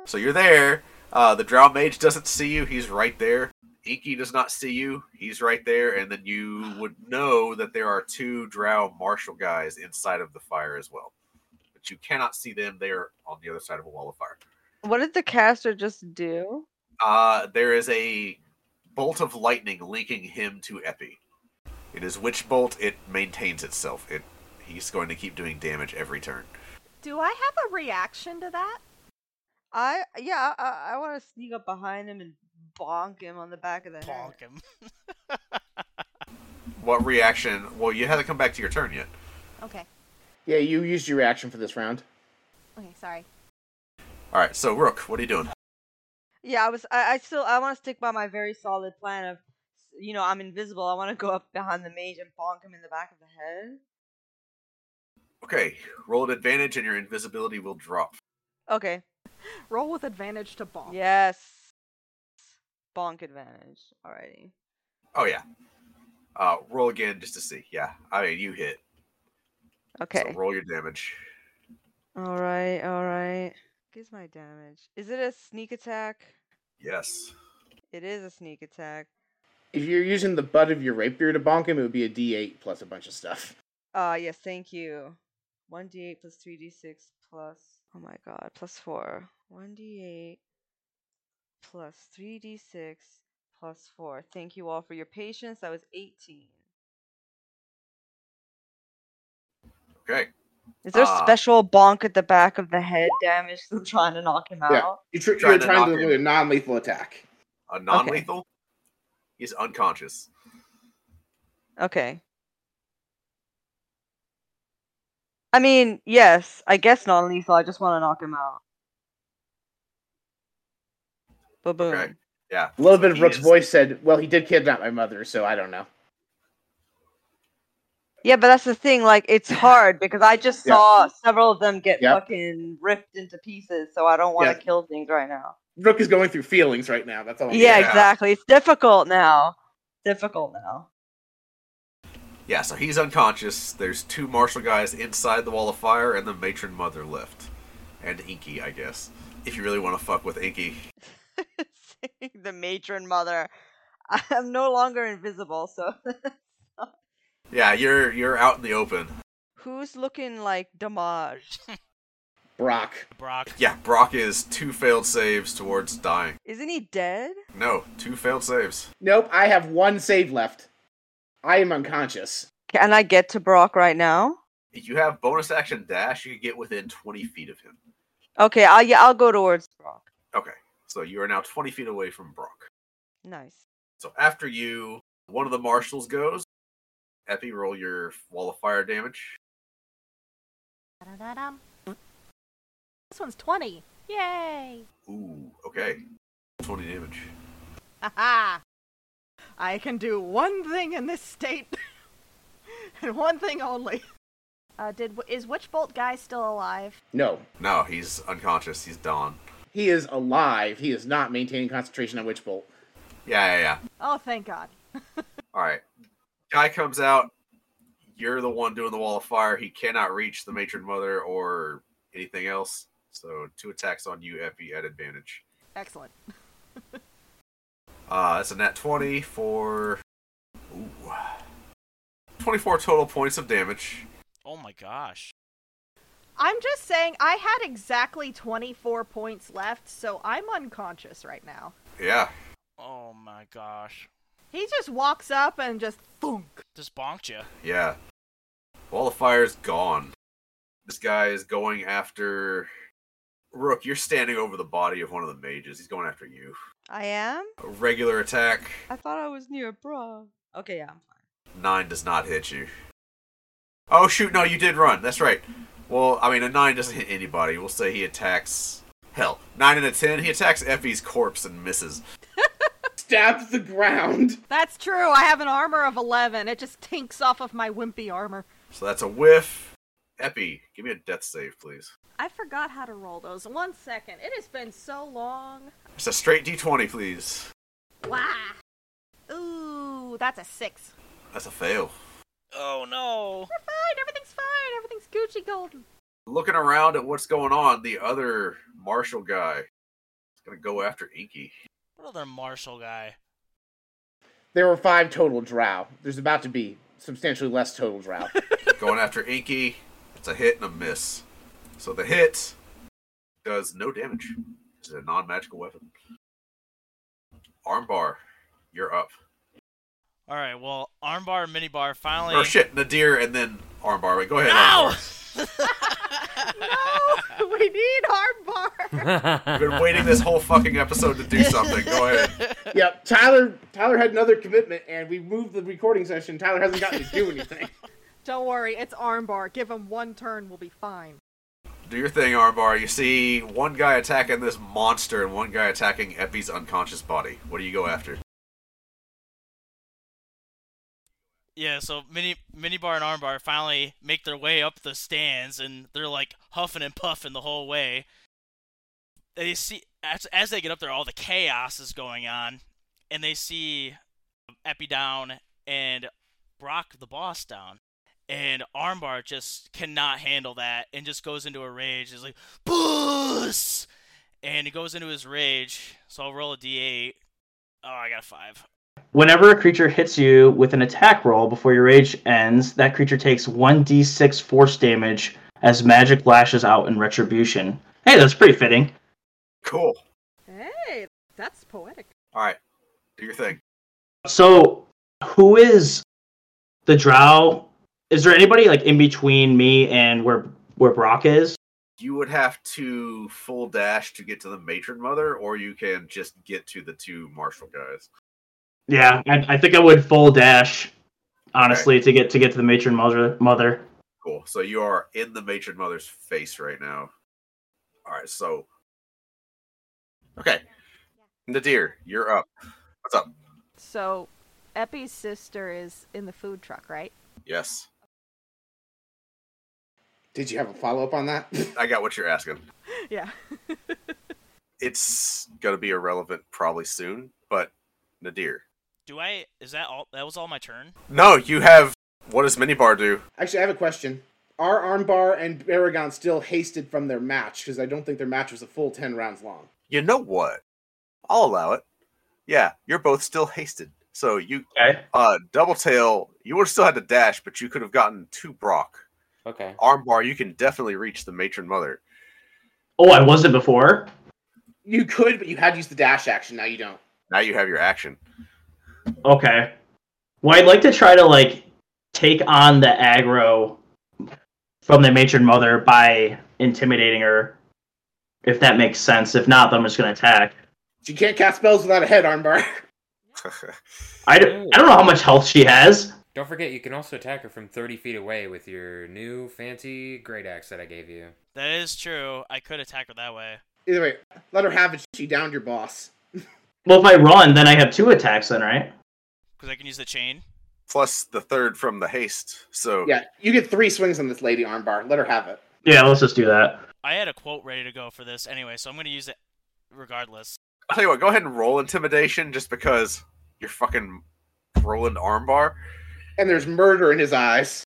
Speaker 4: So you're there. Uh, the Drow Mage doesn't see you. He's right there. Inky does not see you. He's right there. And then you would know that there are two Drow Marshal guys inside of the fire as well. But you cannot see them. They are on the other side of a wall of fire.
Speaker 5: What did the caster just do?
Speaker 4: Uh, there is a bolt of lightning linking him to Epi. It is Witch Bolt. It maintains itself. It he's going to keep doing damage every turn.
Speaker 7: Do I have a reaction to that?
Speaker 5: I yeah. I, I want to sneak up behind him and bonk him on the back of the head.
Speaker 7: [laughs]
Speaker 5: Bonk
Speaker 10: him.
Speaker 4: What reaction? Well, you haven't come back to your turn yet.
Speaker 7: Okay.
Speaker 1: Yeah, you used your reaction for this round.
Speaker 7: Okay, sorry.
Speaker 4: All right. So Rook, what are you doing?
Speaker 5: Yeah, I was. I, I still. I want to stick by my very solid plan of, you know, I'm invisible. I want to go up behind the mage and bonk him in the back of the head.
Speaker 4: Okay, roll at advantage and your invisibility will drop.
Speaker 5: Okay.
Speaker 7: Roll with advantage to bonk.
Speaker 5: Yes. Bonk advantage. Alrighty.
Speaker 4: Oh yeah. Uh roll again just to see. Yeah. I mean you hit.
Speaker 5: Okay.
Speaker 4: So roll your damage.
Speaker 5: All right, all right. Gives my damage. Is it a sneak attack?
Speaker 4: Yes.
Speaker 5: It is a sneak attack.
Speaker 1: If you're using the butt of your rapier to bonk him, it would be a D8 plus a bunch of stuff.
Speaker 5: Uh yes, thank you. 1d8 plus 3d6 plus Oh my god, plus 4. 1d8 plus 3d6 plus 4. Thank you all for your patience. That was 18.
Speaker 4: Okay.
Speaker 5: Is there
Speaker 4: Ah.
Speaker 5: special bonk at the back of the head damage I'm trying to knock him out?
Speaker 1: Yeah, you tr-
Speaker 4: Trying
Speaker 1: you're
Speaker 4: to
Speaker 1: trying
Speaker 4: knock
Speaker 1: to do a non-lethal attack.
Speaker 4: A non lethal? He's unconscious.
Speaker 5: Okay. I mean, yes, I guess non lethal. I just want to knock him out. Ba boom.
Speaker 4: Yeah.
Speaker 1: A little bit of Rook's voice said, "Well, he did kidnap my mother, so I don't know."
Speaker 5: Yeah, but that's the thing. Like, [laughs] it's hard because I just
Speaker 1: Yeah.
Speaker 5: saw several of them get
Speaker 1: Yep.
Speaker 5: fucking ripped into pieces, so I don't want to
Speaker 1: Yeah.
Speaker 5: kill things right now.
Speaker 1: Rook is going through feelings right now. That's all. I'm
Speaker 5: Oh, Yeah,
Speaker 1: saying.
Speaker 5: exactly. It's difficult now. Difficult now.
Speaker 4: Yeah, so he's unconscious. There's two marshal guys inside the wall of fire and the matron mother left. And Inky, I guess. If you really want to fuck with Inky,
Speaker 5: [laughs] the matron mother. [laughs] I'm no longer invisible, so [laughs]
Speaker 4: yeah, you're you're out in the open.
Speaker 5: who's looking like [laughs] damage?
Speaker 1: Brock.
Speaker 10: Brock.
Speaker 4: Yeah, Brock is two failed saves towards dying.
Speaker 5: Isn't he dead?
Speaker 4: No, two failed saves.
Speaker 1: Nope, I have one save left. I am unconscious.
Speaker 5: Can I get to Brock right now?
Speaker 4: If you have bonus action dash, you can get within 20 feet of him.
Speaker 5: Okay, I'll yeah, I'll go towards Brock.
Speaker 4: Okay, so you are now 20 feet away from Brock.
Speaker 5: Nice.
Speaker 4: So after you, one of the marshals goes. Epi, roll your wall of fire damage.
Speaker 7: Da-da-dum. This one's 20. Yay!
Speaker 4: Ooh, okay. 20 damage.
Speaker 7: [laughs] Haha! I can do one thing in this state, [laughs] and one thing only. Uh, did is Witchbolt guy still alive?
Speaker 1: No.
Speaker 4: No, he's unconscious. He's done.
Speaker 1: He is alive. He is not maintaining concentration on Witch Bolt.
Speaker 4: Yeah, yeah, yeah.
Speaker 7: Oh, thank God.
Speaker 4: All right. Guy comes out. You're the one doing the wall of fire. He cannot reach the matron mother or anything else. So two attacks on you, Epi, at advantage.
Speaker 7: Excellent.
Speaker 4: Uh, that's a nat 20 for. Ooh. 24 total points of damage.
Speaker 10: Oh my gosh.
Speaker 7: I'm just saying, I had exactly 24 points left, so I'm unconscious right now.
Speaker 4: Yeah.
Speaker 10: Oh my gosh.
Speaker 7: He just walks up and just thunk.
Speaker 10: Just bonked you.
Speaker 4: Yeah. Wall of Fire's gone. This guy is going after. Rook, you're standing over the body of one of the mages. He's going after you.
Speaker 5: I am.
Speaker 4: A regular attack.
Speaker 5: I thought I was near Brock. Okay, yeah.
Speaker 4: Nine does not hit you. Oh, shoot, no, you did run. That's right. Well, I mean, a nine doesn't hit anybody. We'll say he attacks. Hell, nine and a ten, he attacks Effie's corpse and misses.
Speaker 1: Stabs the ground.
Speaker 7: [laughs] That's true. I have an armor of 11. It just tinks off of my wimpy armor.
Speaker 4: So that's a whiff. Epi, give me a death save, please.
Speaker 7: I forgot how to roll those. One second. It has been so long.
Speaker 4: It's a straight d20, please.
Speaker 7: Wah! Ooh, that's a six.
Speaker 4: That's a fail.
Speaker 10: Oh no!
Speaker 7: We're fine. Everything's fine. Everything's Gucci golden.
Speaker 4: Looking around at what's going on, the other marshal guy is going to go after Inky.
Speaker 10: What other marshal guy?
Speaker 1: There were five total drow. There's about to be substantially less total drow.
Speaker 4: going after Inky, it's a hit and a miss. So the hit does no damage. It's a non magical weapon. Armbar, you're up.
Speaker 10: All right. Well, armbar, minibar. Finally.
Speaker 4: Oh shit, Nadir and then armbar. Wait, go ahead.
Speaker 10: Ow!
Speaker 7: no, Oh, [laughs] we need armbar.
Speaker 4: I've been waiting this whole fucking episode to do something. Go ahead.
Speaker 1: yep, Tyler Tyler had another commitment and we moved the recording session. Tyler hasn't gotten to do anything.
Speaker 7: Don't worry, it's armbar. Give him one turn, we'll be fine.
Speaker 4: Do your thing, Armbar. You see one guy attacking this monster and one guy attacking Epi's unconscious body. What do you go after?
Speaker 10: Yeah. So mini minibar and armbar finally make their way up the stands, and they're like huffing and puffing the whole way. They see as as they get up there, all the chaos is going on, and they see Epi down and Brock the boss down. And Armbar just cannot handle that and just goes into a rage. He's like, Boss! And he goes into his rage. So I'll roll a d8. Oh, I got a 5.
Speaker 13: Whenever a creature hits you with an attack roll before your rage ends, that creature takes 1d6 force damage as magic lashes out in retribution. Hey, that's pretty fitting.
Speaker 4: Cool.
Speaker 7: Hey, that's poetic.
Speaker 4: All right. Do your thing.
Speaker 13: So, who is the drow? Is there anybody like in between me and where where Brock is?
Speaker 4: You would have to full dash to get to the matron mother, or you can just get to the two marshal guys.
Speaker 13: Yeah, I, I think I would full dash honestly to get to get to the matron mother mother.
Speaker 4: Cool. So you are in the matron mother's face right now. All right. So. Okay. Nadir, you're up. What's up?
Speaker 7: So, Epi's sister is in the food truck, right?
Speaker 4: Yes.
Speaker 1: Did you have a follow up on that?
Speaker 4: I got what you're asking.
Speaker 7: yeah.
Speaker 4: It's going to be irrelevant probably soon, but Nadir.
Speaker 10: Do I. Is that all? That was all my turn?
Speaker 4: No, you have. What does Minibar do?
Speaker 1: Actually I have a question. Our armbar and Aragon still hasted from their match because I don't think their match was a full ten rounds long.
Speaker 4: You know what? I'll allow it. Yeah, you're both still hasted. So you uh double tail, you would have still had to dash, but you could have gotten to Brock.
Speaker 9: Okay.
Speaker 4: Armbar, you can definitely reach the matron mother.
Speaker 13: Oh, I wasn't before.
Speaker 1: You could, but you had to use the dash action. Now you don't.
Speaker 4: Now you have your action.
Speaker 13: Okay. Well, I'd like to try to like take on the aggro from the matron mother by intimidating her, if that makes sense. If not, then I'm just gonna attack.
Speaker 1: You can't cast spells without a head armbar. [laughs]
Speaker 9: [laughs]
Speaker 4: [laughs]
Speaker 13: I d- I don't know how much health she has.
Speaker 9: Don't forget, you can also attack her from 30 feet away with your new fancy great axe that I gave you.
Speaker 10: That is true. I could attack her that way.
Speaker 1: Either way, let her have it. She downed your boss.
Speaker 13: Well, if I run, then I have two attacks, then right?
Speaker 10: Because I can use the chain.
Speaker 4: Plus the third from the haste. So
Speaker 1: Yeah, you get three swings on this lady armbar. Let her have it.
Speaker 13: Yeah, let's just do that.
Speaker 10: I had a quote ready to go for this anyway, so I'm going to use it regardless.
Speaker 4: I'll tell you what, go ahead and roll intimidation just because you're fucking rolling armbar.
Speaker 1: And there's murder in his eyes.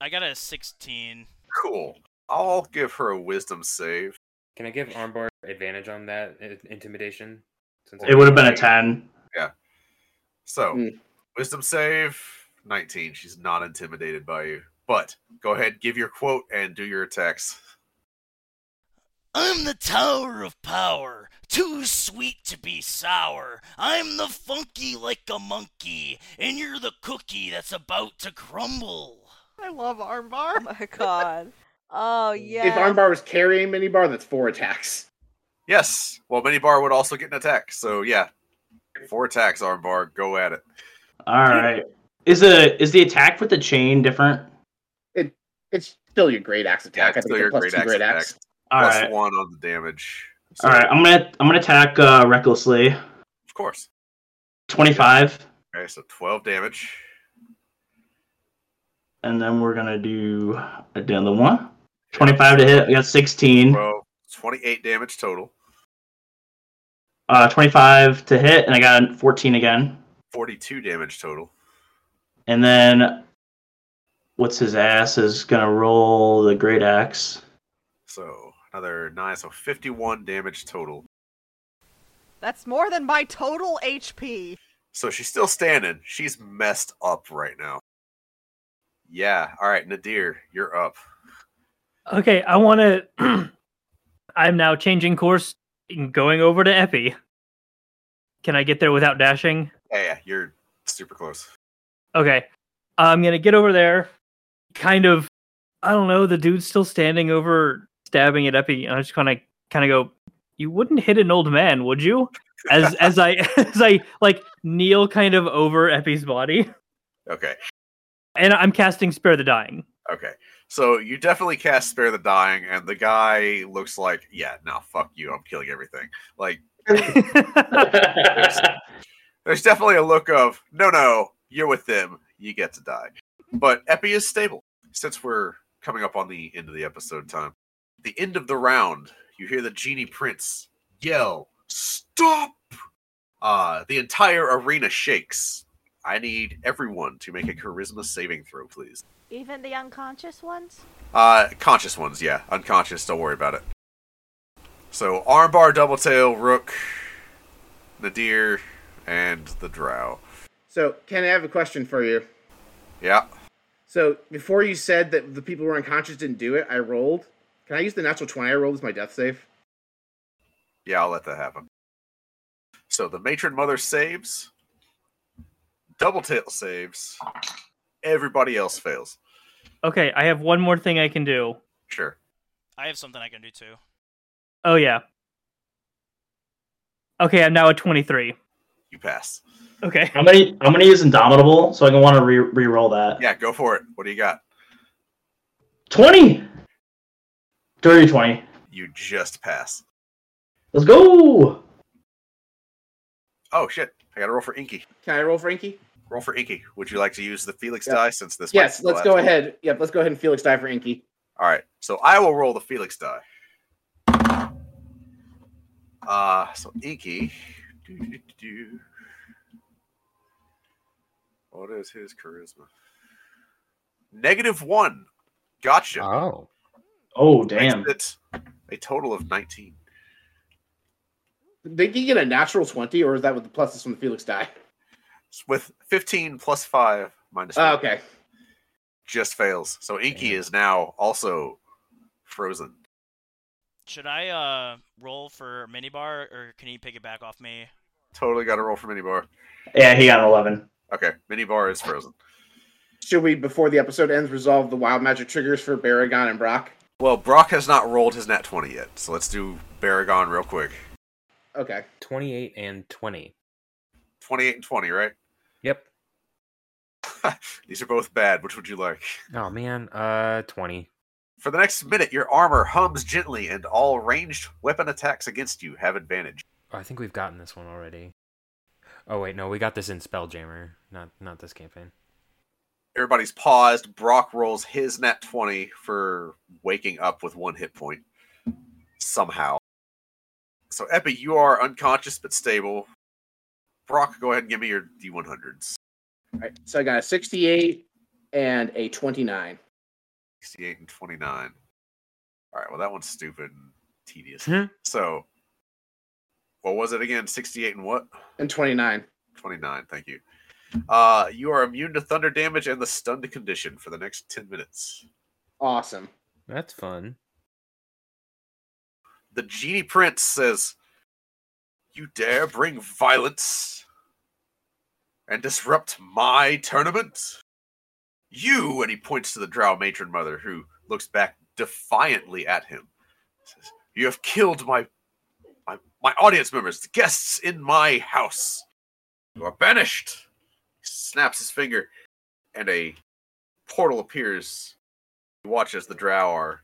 Speaker 10: I got a 16.
Speaker 4: Cool. I'll give her a wisdom save.
Speaker 9: Can I give Armbar advantage on that i- intimidation? Since I-
Speaker 13: It would have been a ten.
Speaker 4: Yeah. So wisdom save, nineteen. She's not intimidated by you. But go ahead, give your quote and do your attacks.
Speaker 2: I'm the tower of power, too sweet to be sour. I'm the funky like a monkey, and you're the cookie that's about to crumble.
Speaker 7: I love armbar. Oh
Speaker 5: my [laughs] god. Oh yeah.
Speaker 1: If armbar was carrying minibar, that's four attacks.
Speaker 4: Yes. Well, Minibar would also get an attack. So yeah, four attacks, Armbar. Go at it.
Speaker 13: All right. Is the is the attack with the chain different?
Speaker 1: It it's still your great axe attack. I
Speaker 4: Still
Speaker 1: think
Speaker 4: your
Speaker 1: your plus
Speaker 4: great
Speaker 1: two
Speaker 4: axe
Speaker 1: great
Speaker 4: attack.
Speaker 1: axe.
Speaker 13: All
Speaker 4: Plus
Speaker 13: right.
Speaker 4: one on the damage.
Speaker 13: All right. I'm gonna I'm gonna attack uh, recklessly.
Speaker 4: Of course.
Speaker 13: Twenty five,
Speaker 4: Okay, so twelve damage.
Speaker 13: and then we're gonna do another one. Twenty five to hit. We got sixteen.
Speaker 4: 12, 28 damage total.
Speaker 13: Uh, twenty five to hit, and I got fourteen again.
Speaker 4: Forty-two damage total.
Speaker 13: And then what's his ass is gonna roll the great axe.
Speaker 4: So another nine. So fifty-one damage total.
Speaker 7: That's more than my total HP.
Speaker 4: So she's still standing. She's messed up right now. Yeah. All right, Nadir, you're up.
Speaker 8: Okay, I want to. [clears throat] I'm now changing course and going over to Epi. Can I get there without dashing?
Speaker 4: Yeah, yeah, you're super close.
Speaker 8: Okay. I'm going to get over there. Kind of, I don't know, the dude's still standing over, stabbing at Epi. and I'm just going to kind of go, You wouldn't hit an old man, would you?
Speaker 4: [laughs]
Speaker 8: As as I [laughs] as I like kneel kind of over Epi's body,
Speaker 4: Okay.
Speaker 8: and I'm casting Spare the Dying.
Speaker 4: Okay. So you definitely cast Spare the Dying, and the guy looks like, yeah, no, fuck you. I'm killing everything. Like, there's, there's definitely a look of, no, no, you're with them. You get to die. But Epi is stable. Since we're coming up on the end of the episode time, the end of the round, you hear the genie prince yell, stop! Uh, the entire arena shakes. I need everyone to make a charisma saving throw, please.
Speaker 14: Even the unconscious ones?
Speaker 4: Uh, conscious ones, yeah. Unconscious, don't worry about it. So armbar, double tail, rook, the deer, and the drow.
Speaker 1: So, Ken, I have a question for you.
Speaker 4: Yeah.
Speaker 1: So, before you said that the people who were unconscious didn't do it, I rolled. Can I use the natural 20 I rolled as my death save?
Speaker 4: Yeah, I'll let that happen. So the matron mother saves, double tail saves, everybody else fails.
Speaker 8: Okay, I have one more thing I can do.
Speaker 4: Sure.
Speaker 10: I have something I can do too.
Speaker 8: Oh, yeah. Okay, I'm now at 23.
Speaker 4: You pass.
Speaker 8: Okay.
Speaker 13: I'm gonna I'm gonna use Indomitable, so I'm gonna want to re re-roll that.
Speaker 4: Yeah, go for it. What do you got?
Speaker 13: Twenty. Dirty twenty.
Speaker 4: You just pass.
Speaker 13: Let's go.
Speaker 4: Oh shit! I gotta roll for Inky.
Speaker 1: Can I roll for Inky?
Speaker 4: Roll for Inky. Would you like to use the Felix die since this? might
Speaker 1: yes,
Speaker 4: be the
Speaker 1: let's
Speaker 4: last
Speaker 1: go
Speaker 4: one?
Speaker 1: ahead. Yep, let's go ahead and Felix die for Inky.
Speaker 4: All right, so I will roll the Felix die. Uh, so Inky. Do-do-do-do-do. What is his charisma? Negative one. Gotcha.
Speaker 9: Oh.
Speaker 13: Oh, damn.
Speaker 4: That's a total of 19.
Speaker 1: Did you get a natural 20, or is that with the pluses from the Felix die?
Speaker 4: It's with 15 plus 5 minus
Speaker 1: Oh,
Speaker 4: five.
Speaker 1: okay.
Speaker 4: Just fails. So Inky is now also frozen.
Speaker 10: Should I uh roll for minibar or can he pick it back off me?
Speaker 4: Totally got to roll for Minibar.
Speaker 13: Yeah, he got an 11.
Speaker 4: Okay, Minibar is frozen.
Speaker 1: Should we, before the episode ends, resolve the wild magic triggers for Baragon and Brock?
Speaker 4: Well, Brock has not rolled his nat 20 yet, so let's do Baragon real quick.
Speaker 1: Okay.
Speaker 9: 28 and 20.
Speaker 4: 28 and 20, right?
Speaker 9: Yep.
Speaker 4: [laughs] These are both bad. Which would you like?
Speaker 9: Oh man, uh 20.
Speaker 4: For the next minute, your armor hums gently, and all ranged weapon attacks against you have advantage.
Speaker 9: Oh, I think we've gotten this one already. Oh wait, no, we got this in Spelljammer, not not this campaign.
Speaker 4: Everybody's paused. Brock rolls his nat 20 for waking up with one hit point. Somehow. So, Epi, you are unconscious but stable. Brock, go ahead and give me your D100s.
Speaker 1: All right. So I got a 68 and a 29.
Speaker 4: 68 and 29. All right, well, that one's stupid and tedious.
Speaker 9: Hmm.
Speaker 4: So, what was it again? 68 and what?
Speaker 1: And 29.
Speaker 4: 29, thank you. Uh, you are immune to thunder damage and the stunned condition for the next 10 minutes.
Speaker 1: Awesome.
Speaker 9: That's fun.
Speaker 4: The genie prince says, You dare bring violence and disrupt my tournament? You, and he points to the drow matron mother, who looks back defiantly at him. Says, you have killed my, my my audience members, the guests in my house. You are banished. He snaps his finger, and a portal appears. He watches the drow are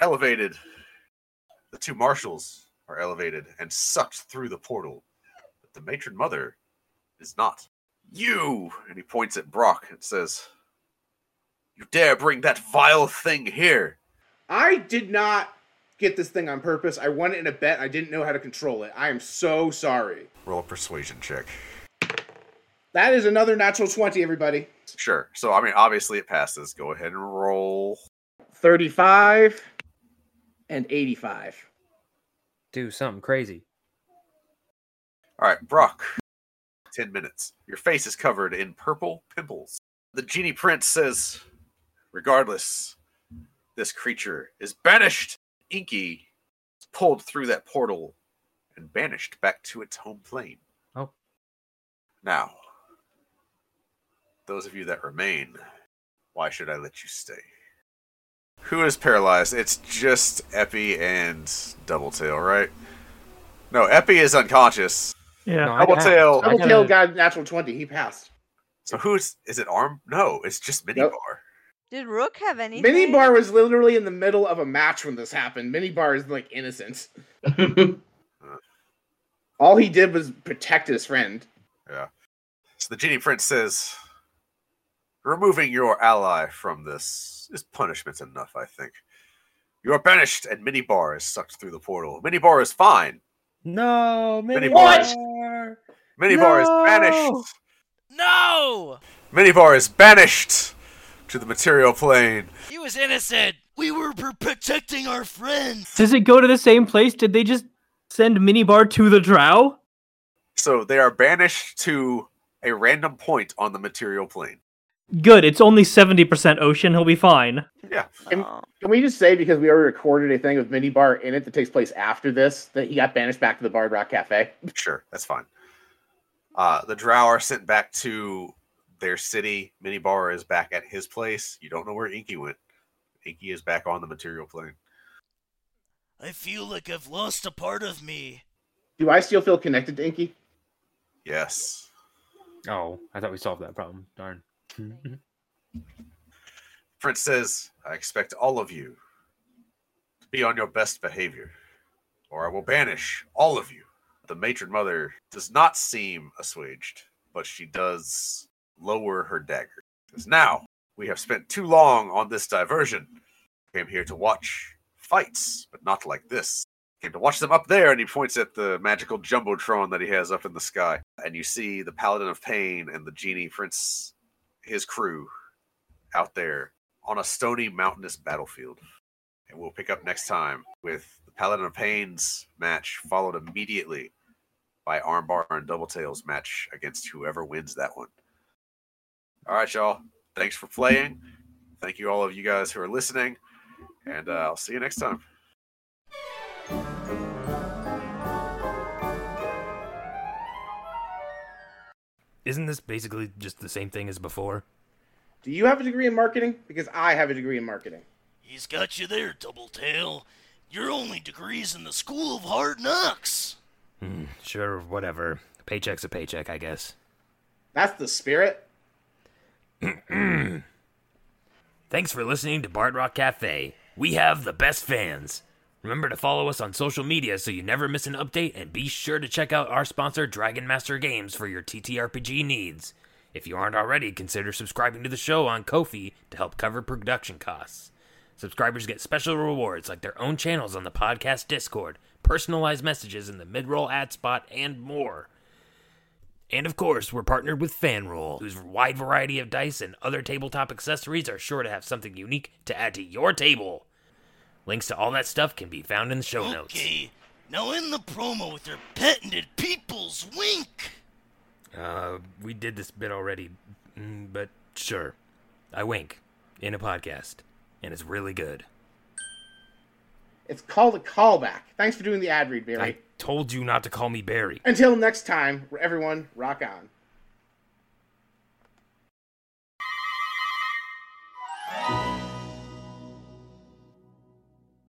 Speaker 4: elevated. The two marshals are elevated and sucked through the portal. But the matron mother is not. You! And he points at Brock and says, You dare bring that vile thing here!
Speaker 1: I did not get this thing on purpose. I won it in a bet. and I didn't know how to control it. I am so sorry.
Speaker 4: Roll a persuasion check.
Speaker 1: That is another natural 20, everybody.
Speaker 4: Sure. So, I mean, obviously it passes. Go ahead and roll.
Speaker 1: 35 and 85.
Speaker 9: Do something crazy.
Speaker 4: All right, Brock. 10 minutes. Your face is covered in purple pimples. The genie prince says, regardless, this creature is banished. Inky is pulled through that portal and banished back to its home plane.
Speaker 9: Oh.
Speaker 4: Now, those of you that remain, why should I let you stay? Who is paralyzed? It's just Epi and Doubletail, right? No, Epi is unconscious.
Speaker 8: Yeah.
Speaker 9: No, I
Speaker 4: Double
Speaker 9: got-
Speaker 4: tail.
Speaker 9: I
Speaker 1: Double
Speaker 9: got
Speaker 1: tail
Speaker 9: a-
Speaker 1: got a natural 20. He passed.
Speaker 4: So who's is it arm? No, it's just Minibar.
Speaker 5: Did Rook have anything?
Speaker 1: Mini Bar was literally in the middle of a match when this happened. Mini Bar is like innocent. All he did was protect his friend.
Speaker 4: Yeah. So the genie prince says, removing your ally from this is punishment enough, I think. You are banished, and Minibar is sucked through the portal. Minibar is fine.
Speaker 9: No,
Speaker 4: Mini
Speaker 9: mini
Speaker 4: bars.
Speaker 9: bar. No!
Speaker 4: Minibar is banished.
Speaker 2: No!
Speaker 4: Minibar is banished to the material plane.
Speaker 2: He was innocent! We were per- protecting our friend!
Speaker 8: Does it go to the same place? Did they just send Minibar to the Drow?
Speaker 4: So they are banished to a random point on the material plane.
Speaker 8: Good. It's only seventy percent ocean. He'll be fine.
Speaker 4: Yeah.
Speaker 1: Can, can we just say because we already recorded a thing with Mini Bar in it that takes place after this that he got banished back to the Bard Rock Cafe?
Speaker 4: Sure, that's fine. Uh, the Drow are sent back to their city. Minibar is back at his place. You don't know where Inky went. Inky is back on the material plane.
Speaker 2: I feel like I've lost a part of me.
Speaker 1: Do I still feel connected to Inky?
Speaker 4: Yes.
Speaker 9: Oh, I thought we solved that problem. Darn.
Speaker 4: Prince says, I expect all of you to be on your best behavior, or I will banish all of you. The matron mother does not seem assuaged, but she does lower her dagger. Says, now we have spent too long on this diversion. Came here to watch fights, but not like this. Came to watch them up there, and he points at the magical jumbotron that he has up in the sky. And you see the Paladin of Pain and the Genie Prince, his crew, out there on a stony mountainous battlefield. And we'll pick up next time with the Paladin of Pain's match, followed immediately by Armbar and Double Tails match against whoever wins that one. All right, y'all. Thanks for playing. Thank you, all of you guys who are listening. And uh, I'll see you next time.
Speaker 3: Isn't this basically just the same thing as before?
Speaker 1: Do you have a degree in marketing? Because I have a degree in marketing.
Speaker 2: He's got you there, Double Tail. Your only degree's in the School of Hard Knocks.
Speaker 3: Hmm, sure, whatever. Paycheck's a paycheck, I guess.
Speaker 1: That's the spirit.
Speaker 3: [clears throat] Thanks for listening to Bard Rock Cafe. We have the best fans. Remember to follow us on social media so you never miss an update, and be sure to check out our sponsor, Dragon Master Games, for your TTRPG needs. If you aren't already, consider subscribing to the show on Kofi to help cover production costs. Subscribers get special rewards like their own channels on the podcast Discord, personalized messages in the mid-roll ad spot, and more. And of course, we're partnered with FanRoll, whose wide variety of dice and other tabletop accessories are sure to have something unique to add to your table. Links to all that stuff can be found in the show notes.
Speaker 2: Okay, now in the promo with your patented people's wink.
Speaker 3: Uh, we did this bit already, mm, but sure. I wink in a podcast, and it's really good.
Speaker 1: It's called a callback. Thanks for doing the ad read, Barry.
Speaker 3: I told you not to call me Barry.
Speaker 1: Until next time, everyone, rock on.